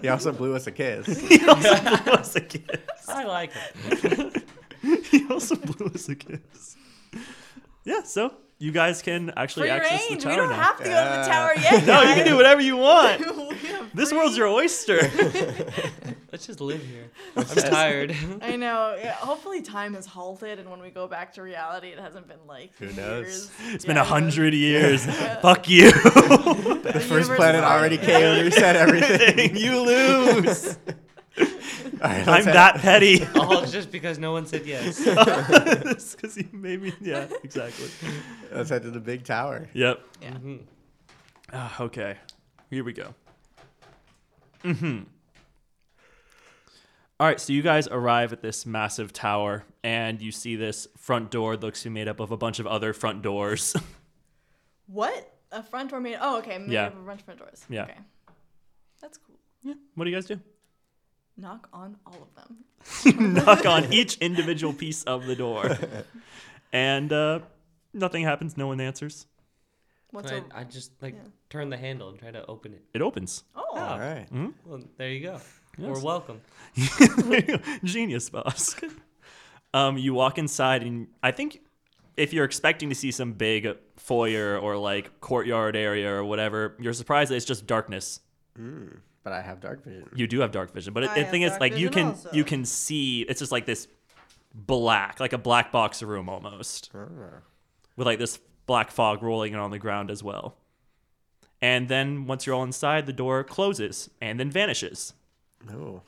S3: He also blew us
S1: [LAUGHS]
S3: a kiss.
S1: [LAUGHS] he also blew us a kiss.
S2: I like it.
S1: [LAUGHS] He also blew us a kiss. Yeah, so you guys can actually
S4: Free
S1: access
S4: range.
S1: the
S4: We
S1: tower
S4: don't
S1: now.
S4: have to go to the tower
S1: [LAUGHS]
S4: yet.
S1: no, you can do whatever you want.
S4: [LAUGHS] do.
S1: [LAUGHS] This world's your
S4: [LAUGHS]
S1: oyster.
S2: Let's just live
S3: [LAUGHS]
S2: here. I'm tired. [LAUGHS]
S4: I know. Yeah, Hopefully, time has halted, and when we go back to reality, it hasn't been like
S3: Who
S4: years.
S3: knows?
S1: It's been a hundred
S4: [LAUGHS]
S1: years. Fuck you.
S3: The first planet already KO'd reset
S1: [LAUGHS]
S3: everything.
S1: you lose.
S3: [LAUGHS] All right, let's
S1: I'm
S3: head-
S1: that [LAUGHS] petty.
S2: All just because no one
S1: [LAUGHS]
S2: said yes.
S1: Because he made me. Yeah, exactly.
S3: Let's head to the big tower.
S1: Yep. Mm-hmm.
S4: Yeah.
S2: Mhm.
S1: Ah, okay. Here we go. Mm-hmm. All right, so you guys arrive at this massive tower, and you see this front door that looks to be made up of a bunch of other front doors. [LAUGHS]
S4: What? A front door made? Oh, okay. Made
S1: Yeah.
S4: up of a bunch of front doors.
S1: Yeah.
S4: Okay. That's cool.
S1: yeah. What do you guys do?
S4: Knock on all of them.
S1: Knock on each individual piece of the door, and uh, nothing happens. No one answers.
S4: What's
S2: I,
S4: a?
S2: I just like
S4: Yeah.
S2: turn the handle and try to open it.
S1: It opens.
S4: Oh,
S3: All right.
S1: Mm-hmm.
S2: Well, there you go.
S1: Yes. [LAUGHS]
S2: We're welcome.
S1: Genius, boss. Um, you walk inside, and I think if you're expecting to see some big foyer or like courtyard area or whatever, you're surprised that it's just darkness.
S3: but I have dark vision.
S1: You do have dark vision, but
S7: I
S1: the
S7: have
S1: thing is,
S7: dark
S1: like you
S7: vision
S1: can
S7: also.
S1: you can see. It's just like this black, like a black box room almost, with like this black fog rolling on the ground as well. And then once you're all inside, the door closes and then vanishes.
S3: Oh.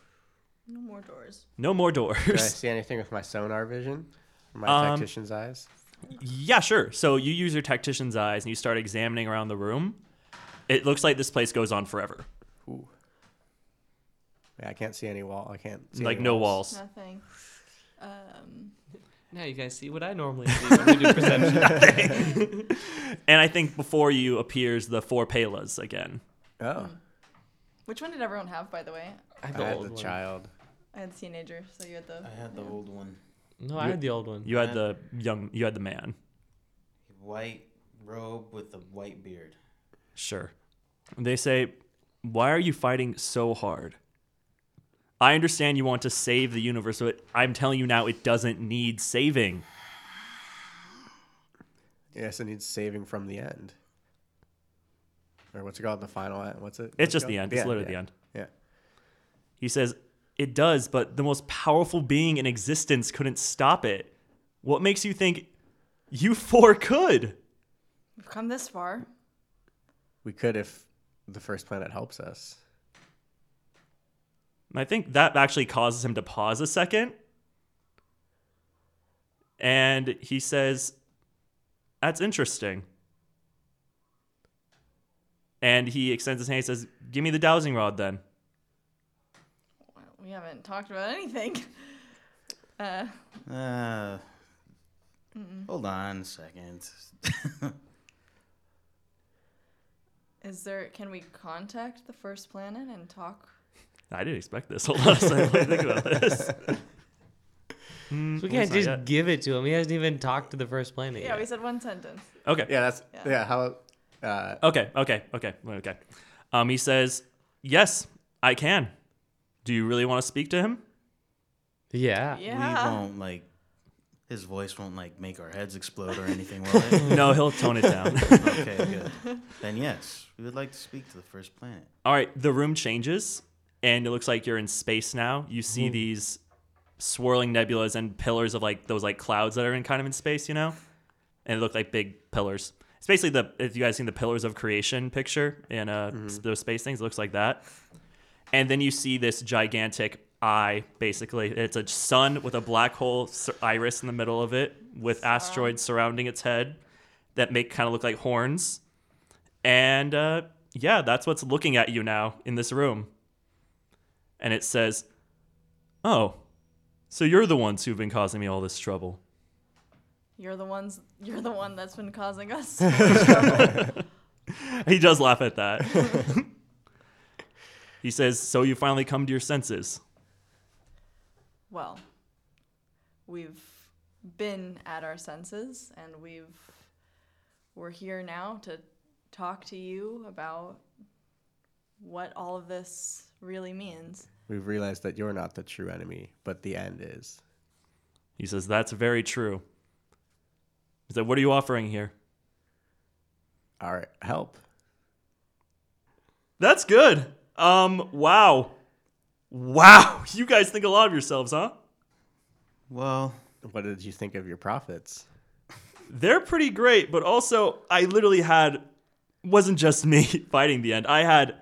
S7: No more doors.
S1: No more doors.
S3: Do I see anything with my sonar vision? Or my
S1: Um,
S3: tactician's eyes?
S1: Yeah, sure. So you use your tactician's eyes and you start examining around the room. It looks like this place goes on forever.
S3: Ooh. Yeah, I can't see any wall. I can't see
S1: like
S3: any
S1: no walls.
S4: Nothing. Um,
S2: Now you guys see what I normally see when we
S1: [LAUGHS]
S2: do perception.
S1: And I think before you appears the four Palas again.
S3: Oh,
S4: which one did everyone have, by the way?
S2: I'm
S3: I
S2: the
S3: had
S2: old
S3: the
S2: one.
S3: child.
S4: I had teenager, so you had the.
S5: I had the old one.
S2: No, I had the old one.
S1: You had the young you had the man.
S5: White robe with a white beard.
S1: Sure. They say, "Why are you fighting so hard?" I understand you want to save the universe, but I'm telling you now it doesn't need saving.
S3: Yes, it needs saving from the end. Or what's it called? The final end? What's it?
S1: It's just the end. it's literally the
S3: yeah.
S1: end.
S3: Yeah.
S1: He says, It does, but the most powerful being in existence couldn't stop it. What makes you think you four could?
S4: We've come this far.
S3: We could if the first planet helps us.
S1: And I think that actually causes him to pause a second. And he says, That's interesting. And he extends his hand and says, Give me the dowsing rod then.
S4: Well, we haven't talked about anything. [LAUGHS] Uh,
S5: Uh, hold on a second.
S4: is there? Can we contact the first planet and talk?
S1: I didn't expect this. Hold on a second. Let me think about this.
S2: So we
S1: Mm,
S2: can't
S1: it's not
S2: just
S1: yet.
S2: give it to him. He hasn't even talked to the first planet
S4: Yeah, we
S2: yet.
S4: said one sentence.
S1: Okay.
S3: Yeah, that's
S4: Yeah.
S3: yeah. how uh,
S1: Okay, okay, okay, okay. Um, he says, "Yes, I can. Do you really want to speak to him?"
S2: Yeah.
S4: Yeah.
S5: We won't like. His voice won't like make our heads explode
S4: [LAUGHS]
S5: or anything, will it?
S1: No, he'll tone it down.
S5: okay, good.
S4: [LAUGHS]
S5: Then yes, we would like to speak to the first planet.
S1: All right, the room changes, and it looks like you're in space now. You see these swirling nebulas and pillars of like those like clouds that are in kind of in space, you know, and it look like big pillars. It's basically the if you guys seen the pillars of creation picture in uh s- those space things, it looks like that. And then you see this gigantic eye. Basically, it's a sun with a black hole cir- iris in the middle of it, with asteroids surrounding its head that make kind of look like horns. And uh, yeah, that's what's looking at you now in this room. And it says, Oh, so you're the ones who've been causing me all this trouble. [LAUGHS]
S4: You're the ones. You're the one that's been causing us.
S5: [LAUGHS]
S1: He does laugh at that. [LAUGHS] he says, So you finally come to your senses.
S4: well, we've been at our senses, and we've we're here now to talk to you about what all of this really means.
S3: we've realized that you're not the true enemy, but the end is.
S1: He says, That's very true. He said, What are you offering here?
S3: Our help.
S1: That's good. Um, wow. Wow. [LAUGHS] You guys think a lot of yourselves, huh?
S5: Well,
S3: What did you think of your profits?
S1: they're pretty great, but also I literally had wasn't just me [LAUGHS] fighting the end. I had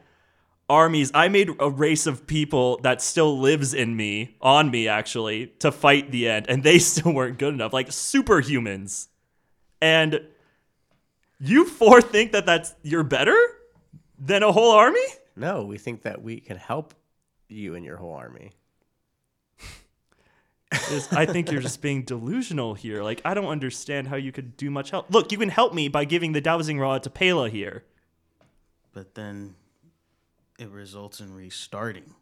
S1: armies. I made a race of people that still lives in me, on me actually, to fight the end, and they [LAUGHS] still weren't good enough, like superhumans. And you four think that that's you're better than a whole army?
S3: No, we think that we can help you and your whole army.
S1: is I think you're just being delusional here. Like I don't understand how you could do much help. Look, you can help me by giving the dowsing rod to Pela here.
S5: but then it results in restarting.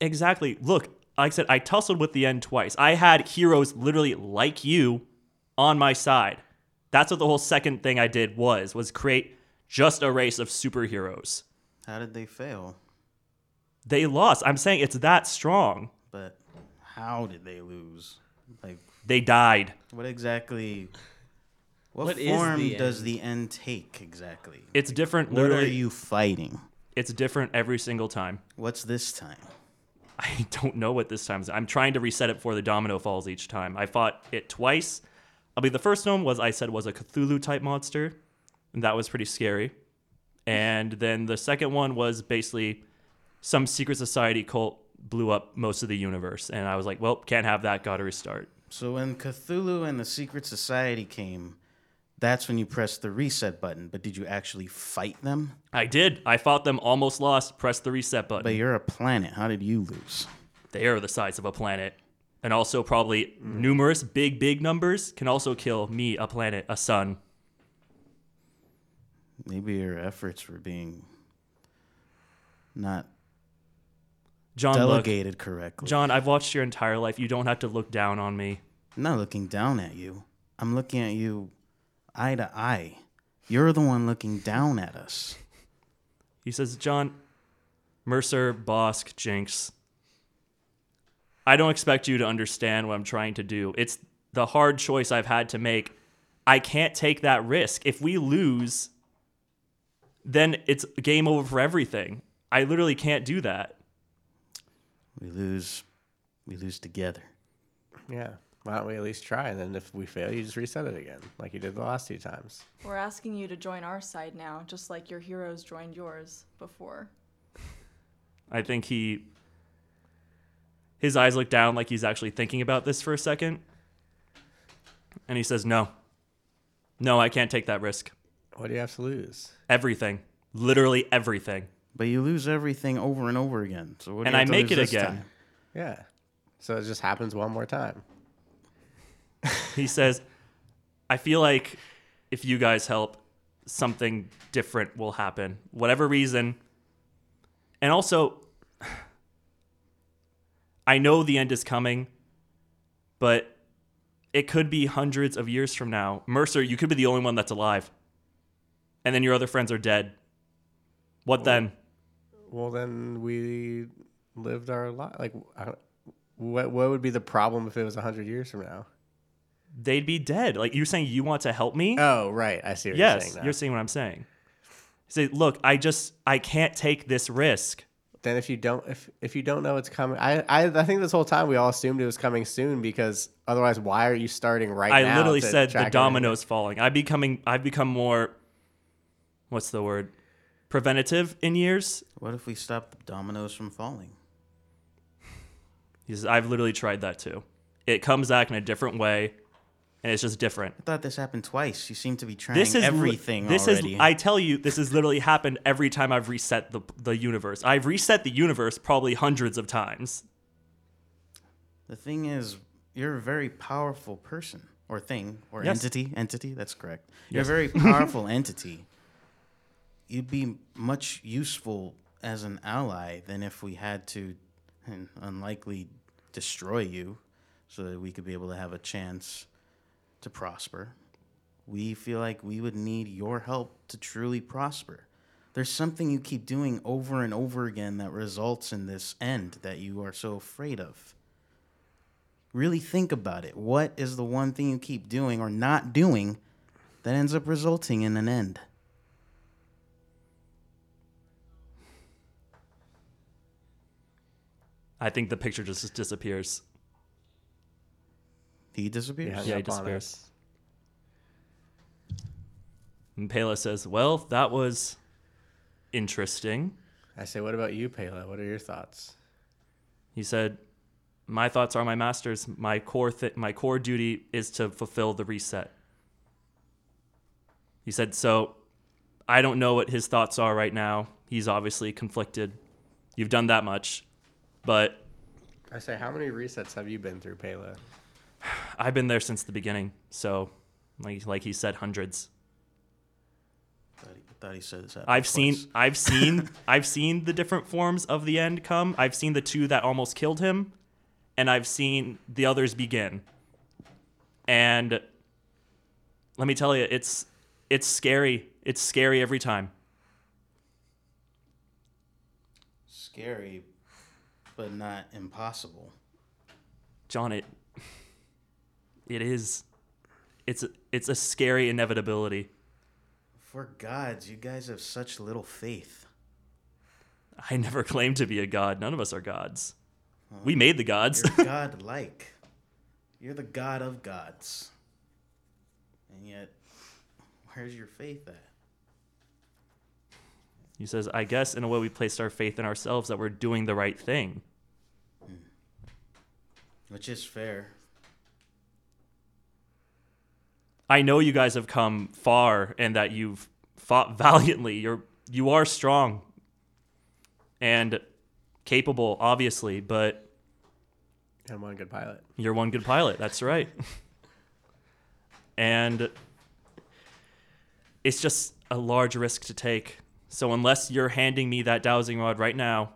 S1: Exactly. Look, like I said, I tussled with the end twice. I had heroes literally like you on my side. That's what the whole second thing I did was was create just a race of superheroes.
S5: How did they fail?
S1: They lost. I'm saying it's that strong.
S5: But how did they lose? Like
S1: They died.
S5: What exactly? What,
S2: What is
S5: form
S2: the
S5: does
S2: end?
S5: the end take exactly?
S1: It's different.
S5: What are
S1: Literally,
S5: you fighting?
S1: it's different every single time.
S5: What's this time?
S1: [LAUGHS] I don't know what this time's. I'm trying to reset it before the domino falls each time. I fought it twice. I mean, the first one was I said was a Cthulhu type monster, and that was pretty scary. And then the second one was basically some secret society cult blew up most of the universe, and I was like, well, can't have that. Got to restart.
S5: So when Cthulhu and the Secret Society came, that's when you pressed the reset button. But did you actually fight them?
S1: I did. I fought them, almost lost. Pressed the reset button.
S5: But you're a planet. How did you lose?
S1: they are the size of a planet. And also, probably numerous big, big numbers can also kill me, a planet, a sun.
S5: Maybe your efforts were being not
S1: John, look,
S5: delegated correctly.
S1: John, I've watched your entire life. You don't have to look down on me.
S5: I'm not looking down at you. I'm looking at you eye to eye. You're the one looking down at us.
S1: He says, John, Mercer, Bosk, Jinx, I don't expect you to understand what I'm trying to do. It's the hard choice I've had to make. I can't take that risk. If we lose, then it's game over for everything. I literally can't do that.
S5: We lose. We lose together.
S3: Yeah. Why don't we at least try? And then if we fail, you just reset it again, like you did the last two times.
S4: We're asking you to join our side now, just like your heroes joined yours before.
S1: I think he his eyes look down like he's actually thinking about this for a second. And he says, "No. No, I can't take that risk.
S3: What do you have to lose?
S1: Everything. Literally everything."
S5: But you lose everything over and over again. So what do
S1: And
S5: you
S1: I
S5: have to
S1: make
S5: lose
S1: it
S5: this
S1: again.
S5: time?
S3: Yeah. So it just happens one more time.
S1: He says, "I feel like if you guys help, something different will happen. Whatever reason. And also [SIGHS] I know the end is coming, but it could be hundreds of years from now. Mercer, you could be the only one that's alive. And then your other friends are dead. What then?
S3: Well, then we lived our life. Like, I don't- what what would be the problem if it was hundred years from now?
S1: They'd be dead. Like you're saying you want to help me?
S3: Oh, right. I see what
S1: yes,
S3: you're saying. now.
S1: you're seeing what I'm saying. Say, look, I just I can't take this risk.
S3: then if you don't if if you don't know it's coming, I, I I think this whole time we all assumed it was coming soon because otherwise, why are you starting right
S1: I
S3: now?
S1: literally
S3: to
S1: said the
S3: track
S1: domino's falling. I becoming I've become more what's the word? Preventative in years.
S5: What if we stop the dominoes from falling?
S1: He says, I've literally tried that too. It comes back in a different way and it's just different.
S5: I thought this happened twice. You seem to be trying
S1: This is li-
S5: everything
S1: This
S5: already.
S1: is I tell you, this has literally happened every time I've reset the the universe. I've reset the universe probably hundreds of times.
S5: the thing is, you're a very powerful person or thing or
S1: Yes.
S5: entity. Entity, that's correct. You're a very powerful entity. You'd be much useful as an ally than if we had to and unlikely destroy you so that we could be able to have a chance to prosper. We feel like we would need your help to truly prosper. There's something you keep doing over and over again that results in this end that you are so afraid of. Really think about it. What is the one thing you keep doing or not doing that ends up resulting in an end?
S1: I think the picture just disappears.
S5: He disappears.
S3: hung
S1: Yeah, he
S3: up on
S1: disappears. And Pela says, Well, that was interesting.
S3: I say, what about you, Payla? What are your thoughts?
S1: He said, "My thoughts are my master's. My core th- my core duty is to fulfill the reset." He said, "So, I don't know what his thoughts are right now. He's obviously conflicted. You've done that much, but
S3: I say, how many resets have you been through, Payla?
S1: I've been there since the beginning. So, like like he said, hundreds.
S5: Thought he, thought he said this happened
S1: I've seen
S5: twice.
S1: I've seen I've seen the different forms of the end come. I've seen the two that almost killed him, and I've seen the others begin. And let me tell you, it's it's scary. It's scary every time.
S5: Scary, but not impossible.
S1: John, it It is. It's a, it's a scary inevitability.
S5: For gods, you guys have such little faith.
S1: I never [LAUGHS] claimed to be a god. None of us are gods. We made the gods.
S5: You're godlike. You're the god of gods. And yet, where's your faith at?
S1: [LAUGHS] he says, I guess in a way we placed our faith in ourselves that we're doing the right thing.
S5: Which is fair.
S1: I know you guys have come far and that you've fought [LAUGHS] valiantly. You're you are strong and capable, obviously, but
S3: And one good pilot.
S1: You're one good pilot. That's right. and it's just a large risk to take. So unless you're handing me that dowsing rod right now,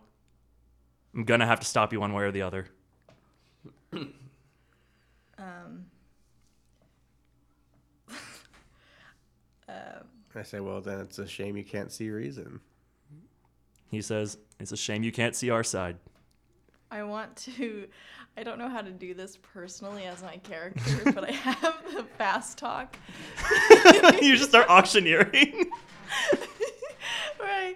S1: I'm gonna have to stop you one way or the other.
S4: Uh,
S3: I say, well, then it's a shame you can't see reason.
S1: He says, "It's a shame you can't see our side." [LAUGHS]
S4: I want to. I don't know how to do this personally as my character, but I have the fast talk
S1: you just start auctioneering.
S4: where I,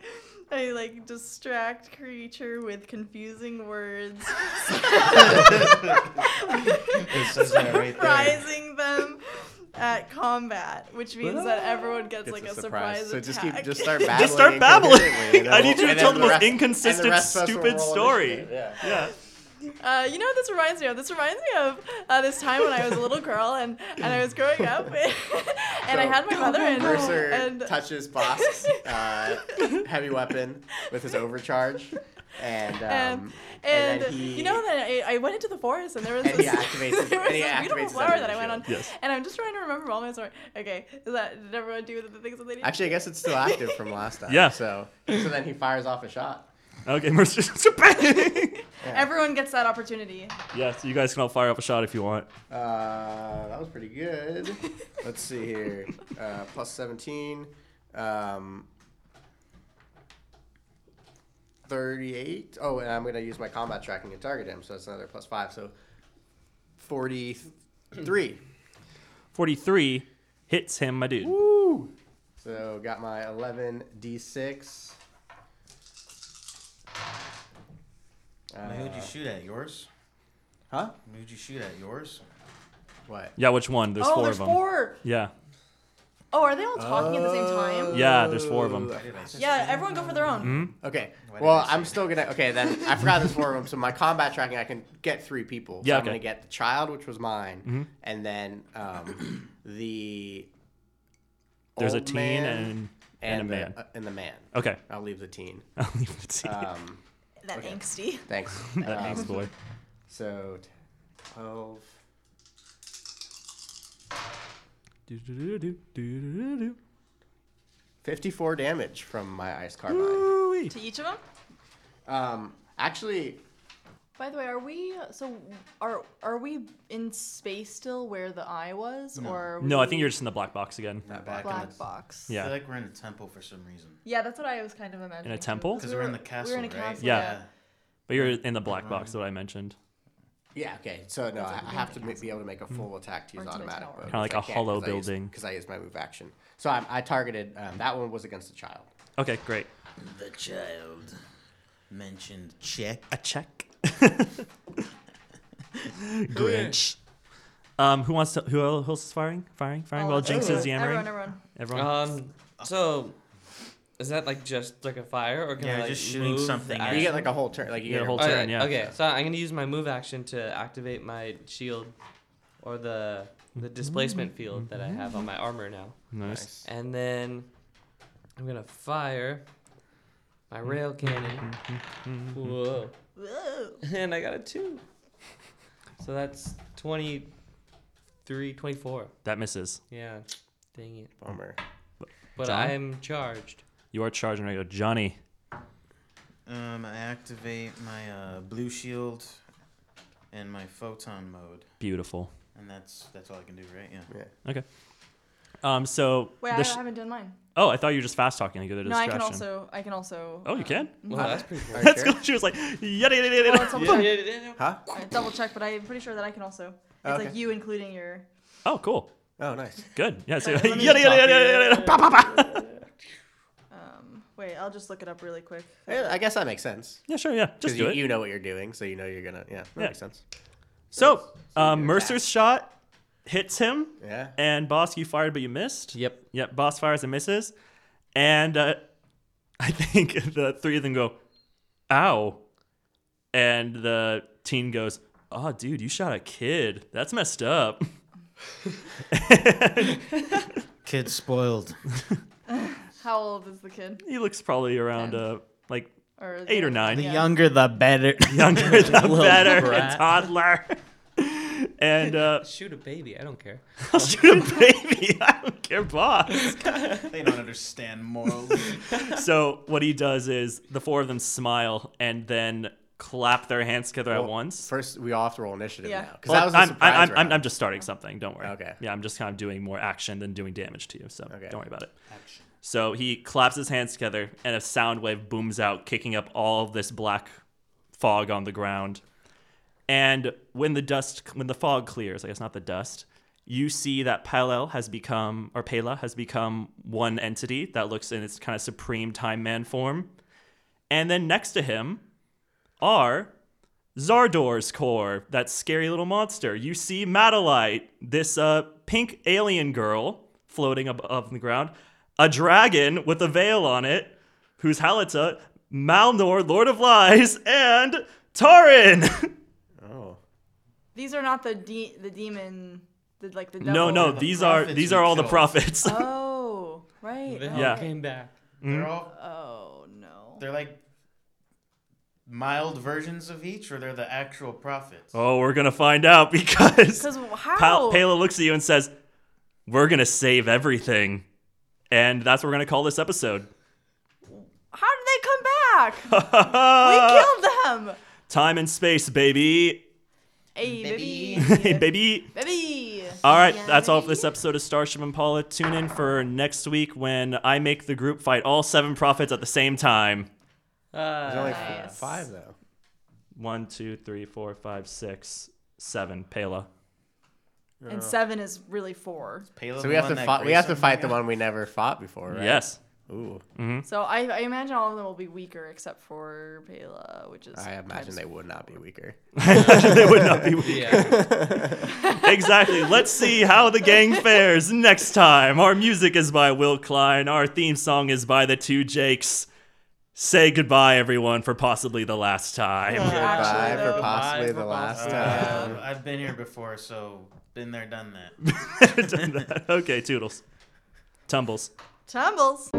S4: I like distract creature with confusing words,
S5: It says that right there.
S4: surprising them at combat, which means that everyone gets like a, surprise,
S3: So
S4: attack.
S3: just keep, just start
S4: [LAUGHS]
S3: babbling.
S1: Just start babbling.
S3: incoherently, and then
S1: [LAUGHS] I need you to
S3: and
S1: tell
S3: then
S1: the most
S3: rest- and
S1: inconsistent,
S3: rest of us will
S1: stupid
S3: roll
S1: story.
S3: initiative, Yeah.
S1: Yeah.
S4: Uh, you know what this reminds me of? This reminds me of uh, this time when I was a little girl and, and I was growing up [LAUGHS] and I
S3: So,
S4: had my mother and,
S3: Mercer
S4: [LAUGHS] and
S3: touches Bosk's uh, heavy weapon with his overcharge, and um,
S4: Um,
S3: and
S4: [LAUGHS] and,
S3: then
S4: you
S3: he-
S4: know that I, I went into the forest and there was
S3: And
S4: this, [LAUGHS]
S3: he activates his-
S4: there was
S3: and he
S4: this
S3: activates
S4: beautiful
S3: his
S4: flower that I
S3: energy
S4: went on.
S3: shield.
S1: Yes.
S4: And I'm just trying to remember all my story. Okay, is that did everyone do the things that they did?
S3: actually, I guess it's still active from last time.
S1: Yeah.
S3: So so then he fires off a shot.
S1: Okay, [LAUGHS] Mercer. Bang!
S4: everyone gets that opportunity.
S1: yes, you guys can all fire up a shot if you want.
S3: Uh, that was pretty good. Let's see here. Uh, plus 17. Um, 38. Oh, and I'm going to use my combat tracking to target him, so that's another plus 5. So 43.
S1: 43 hits him, my dude.
S3: Woo! So got my 11d6.
S5: Who'd
S1: Uh,
S5: you shoot at? Yours?
S3: Huh?
S5: Who'd you shoot at? Yours?
S3: What?
S1: Yeah, which one? There's
S4: [LAUGHS] oh,
S1: four
S4: there's
S1: of them.
S4: four.
S1: Yeah.
S4: Oh, are they all talking at the same
S3: Oh.
S4: time?
S1: Uh, Yeah, Mm-hmm. there's four of them.
S5: Why did I say-
S4: Yeah, everyone go for their own.
S3: Okay.
S5: Why did
S3: Well,
S5: I say
S3: I'm still gonna. Okay, then I forgot this four of them. So my combat tracking, I can get three people. So
S1: Yeah,
S3: I'm
S1: okay. Mm-hmm.
S3: gonna get the child, which was mine, and then um, the.
S1: There's a
S3: old
S1: teen
S3: man
S1: and, and, a
S3: the,
S1: man.
S3: [LAUGHS] uh, and the man.
S1: okay. [LAUGHS]
S3: I'll leave the teen.
S1: I'll leave it to you.
S3: Um,
S4: That angsty.
S3: thanks.
S1: [LAUGHS] that
S3: Um,
S1: thanks, boy.
S3: So, twelve.
S1: Ooh-wee.
S3: 54 damage from my
S1: [GASPS]
S3: ice carbine.
S4: To each of them.
S3: Um, actually,
S8: By the way, are we so are are we in space still where the eye was, or are
S1: No, I
S8: we
S1: think you're just in the black box again.
S5: Not back in the-
S8: black box?
S5: I feel
S1: Yeah.
S5: like we're in a temple for some reason.
S4: Yeah, that's what I was kind of imagining. too,
S1: temple?
S5: 'Cause
S4: we
S5: we're in
S4: were-
S5: the castle,
S4: We were in a
S5: right?
S4: castle.
S1: Yeah.
S4: yeah.
S1: But you're in the black box that I mentioned.
S3: yeah, okay. So, no, I I have to ma- be able to make a
S4: Mm-hmm.
S3: full attack to use
S4: Or to the
S3: automatic.
S4: tower.
S1: Kinda like a hollow building.
S3: Because I used my move action. So, I'm, I targeted, um, that one was against the child.
S1: Okay, great.
S5: The child mentioned check.
S1: A check. [LAUGHS] Grinch. Um, who wants to? Who else is firing? Firing? Firing?
S4: All
S1: Well,
S4: of
S1: Jinx
S4: them.
S1: is yammering.
S4: Everyone, everyone.
S1: Everyone.
S2: Um. So, is that like just like a fire, or can
S5: Yeah,
S2: I like,
S5: just shooting
S2: move
S5: something
S2: the
S5: at
S3: You
S2: action?
S3: get like a whole turn. Like you
S1: Yeah,
S3: get
S1: a whole
S2: Okay,
S1: turn, yeah.
S2: Okay, so I'm gonna use my move action to activate my shield, or the the displacement field that I have on my armor now,
S1: nice.
S2: and then I'm gonna fire my rail cannon. Whoa!
S4: Whoa.
S2: And I got a two. So that's 23, 24.
S1: That misses.
S2: Yeah. Dang it.
S1: [LAUGHS]
S3: Bummer.
S2: But
S1: John?
S2: I'm charged.
S1: You are charging right now, Johnny.
S5: Um, I activate my uh, blue shield and my photon mode,
S1: Beautiful.
S5: and that's that's all I can do, right? Yeah.
S1: Okay. Um. So.
S4: Wait, I
S1: the sh-
S4: haven't done mine.
S1: oh, I thought you were just fast talking. Like you did a
S4: No, I can
S1: distraction.
S4: also. I can also.
S1: Oh, you
S4: uh, [LAUGHS]
S1: can.
S2: Well, that's pretty cool.
S3: Are you
S1: That's
S3: sure?
S1: cool. She was like, yada yada yada.
S2: [LAUGHS]
S5: [LAUGHS]
S4: Well, it's a-
S2: Yeah, yeah, yeah, yeah.
S3: Huh?
S4: I double check, but I'm pretty sure that I can also. It's
S3: Okay.
S4: like you including your.
S1: Oh, cool.
S3: Oh, nice.
S1: Good. Yeah. So, [LAUGHS]
S4: Let
S1: yada,
S4: me
S1: yada,
S4: copy
S1: yada, yada, yada.
S4: it. Um, wait, I'll just look it up really quick.
S3: Yeah, I guess that makes sense.
S1: Yeah, sure. Yeah. Just
S3: 'Cause
S1: do
S3: you,
S1: it.
S3: you know what you're doing, so you know you're gonna. Yeah, that
S1: Yeah.
S3: makes sense.
S1: So, um, Mercer's shot hits him,
S3: Yeah.
S1: and boss, you fired, but you missed.
S2: Yep.
S1: Yep. Boss fires and misses, and uh, [LAUGHS] I think [LAUGHS] the three of them go, "Ow," and the teen goes, "Oh, dude, you shot a kid. That's messed up." [LAUGHS]
S9: Kid spoiled.
S4: How old is the kid?
S1: he looks probably around uh, like
S4: Or is
S1: eight
S4: it-
S1: or nine.
S9: The
S4: Yeah.
S9: younger the
S3: [LAUGHS]
S9: better.
S1: [LAUGHS] Younger the
S2: Little
S1: better, [LAUGHS]
S2: brat.
S1: toddler. And uh,
S2: Shoot a baby. I don't care.
S1: [LAUGHS] I'll shoot [LAUGHS] a baby. I don't care, boss.
S5: They don't
S3: [LAUGHS]
S5: understand morals.
S3: Mm-hmm.
S1: so what he does is the four of them smile and then clap their hands together at
S3: Well,
S1: once.
S3: First, we all have to roll initiative
S4: Yeah.
S3: now because
S1: Well,
S3: that was a
S1: I'm,
S3: surprise
S1: I'm, I'm,
S3: round.
S1: I'm just starting something. Don't worry.
S3: Okay.
S1: Yeah, I'm just kind of doing more action than doing damage to you. So
S3: Okay.
S1: don't worry about it. So he claps his hands together and a sound wave booms out, kicking up all of this black fog on the ground. And when the dust, when the fog clears, I guess not the dust, you see that Palel has become, or Pela has become one entity that looks in its kind of supreme time man form. And then next to him are Zardor's core, that scary little monster. You see Madelite, this uh, pink alien girl floating above the ground, a dragon with a veil on it, who's Halita, Malnor, Lord of Lies, and Tarin. [LAUGHS]
S3: oh,
S4: These are not the de- the demon, the, like the.
S1: no,
S4: devil.
S5: [LAUGHS]
S1: no,
S5: the
S1: these are
S5: prophets
S1: these
S5: we
S1: are all the
S5: killed.
S1: prophets.
S4: Oh right.
S2: They all
S1: Yeah.
S2: came back.
S5: they're all
S4: Oh no.
S5: they're like mild versions of each, or they're the actual prophets.
S1: [LAUGHS] oh, we're gonna find out because
S4: Because how?
S1: Pal- Pala looks at you and says, "We're gonna save everything," and that's what we're gonna call this episode. [LAUGHS]
S4: How did they come back?
S1: [LAUGHS]
S4: we killed them.
S1: Time and space, baby. [LAUGHS]
S4: Hey, baby.
S1: Hey, Uh, baby.
S4: baby.
S1: All right, that's all for this episode of Starship Impala. Tune in for next week when I make the group fight all seven prophets at the same time.
S3: there's only
S2: Uh,
S3: f- five though.
S1: One, two, three, four, five, six, seven. Pela.
S4: And seven is really four.
S5: Pale
S3: So
S5: the
S3: we have
S5: one
S3: to
S5: that
S3: fight. We
S5: Grayson
S3: have to fight the
S5: hung out?
S3: one we never fought before, right?
S1: Yes. [LAUGHS]
S3: Ooh,
S1: Hmm?
S4: So I, I imagine all of them will be weaker except for Pela, which is.
S3: I imagine
S4: times-
S3: they would not be weaker.
S1: they would not be weak.
S2: [LAUGHS] [LAUGHS] yeah.
S1: Exactly. Let's see how the gang fares next time. Our music is by Will Klein. Our theme song is by the two Jakes. Say goodbye, everyone, for possibly the last time. [LAUGHS]
S3: Goodbye
S4: though,
S3: for possibly
S2: bye
S3: the
S2: for
S3: last time.
S5: Uh, I've been here before, so been there, done that.
S1: okay, Toodles. Tumbles.
S4: Tumbles.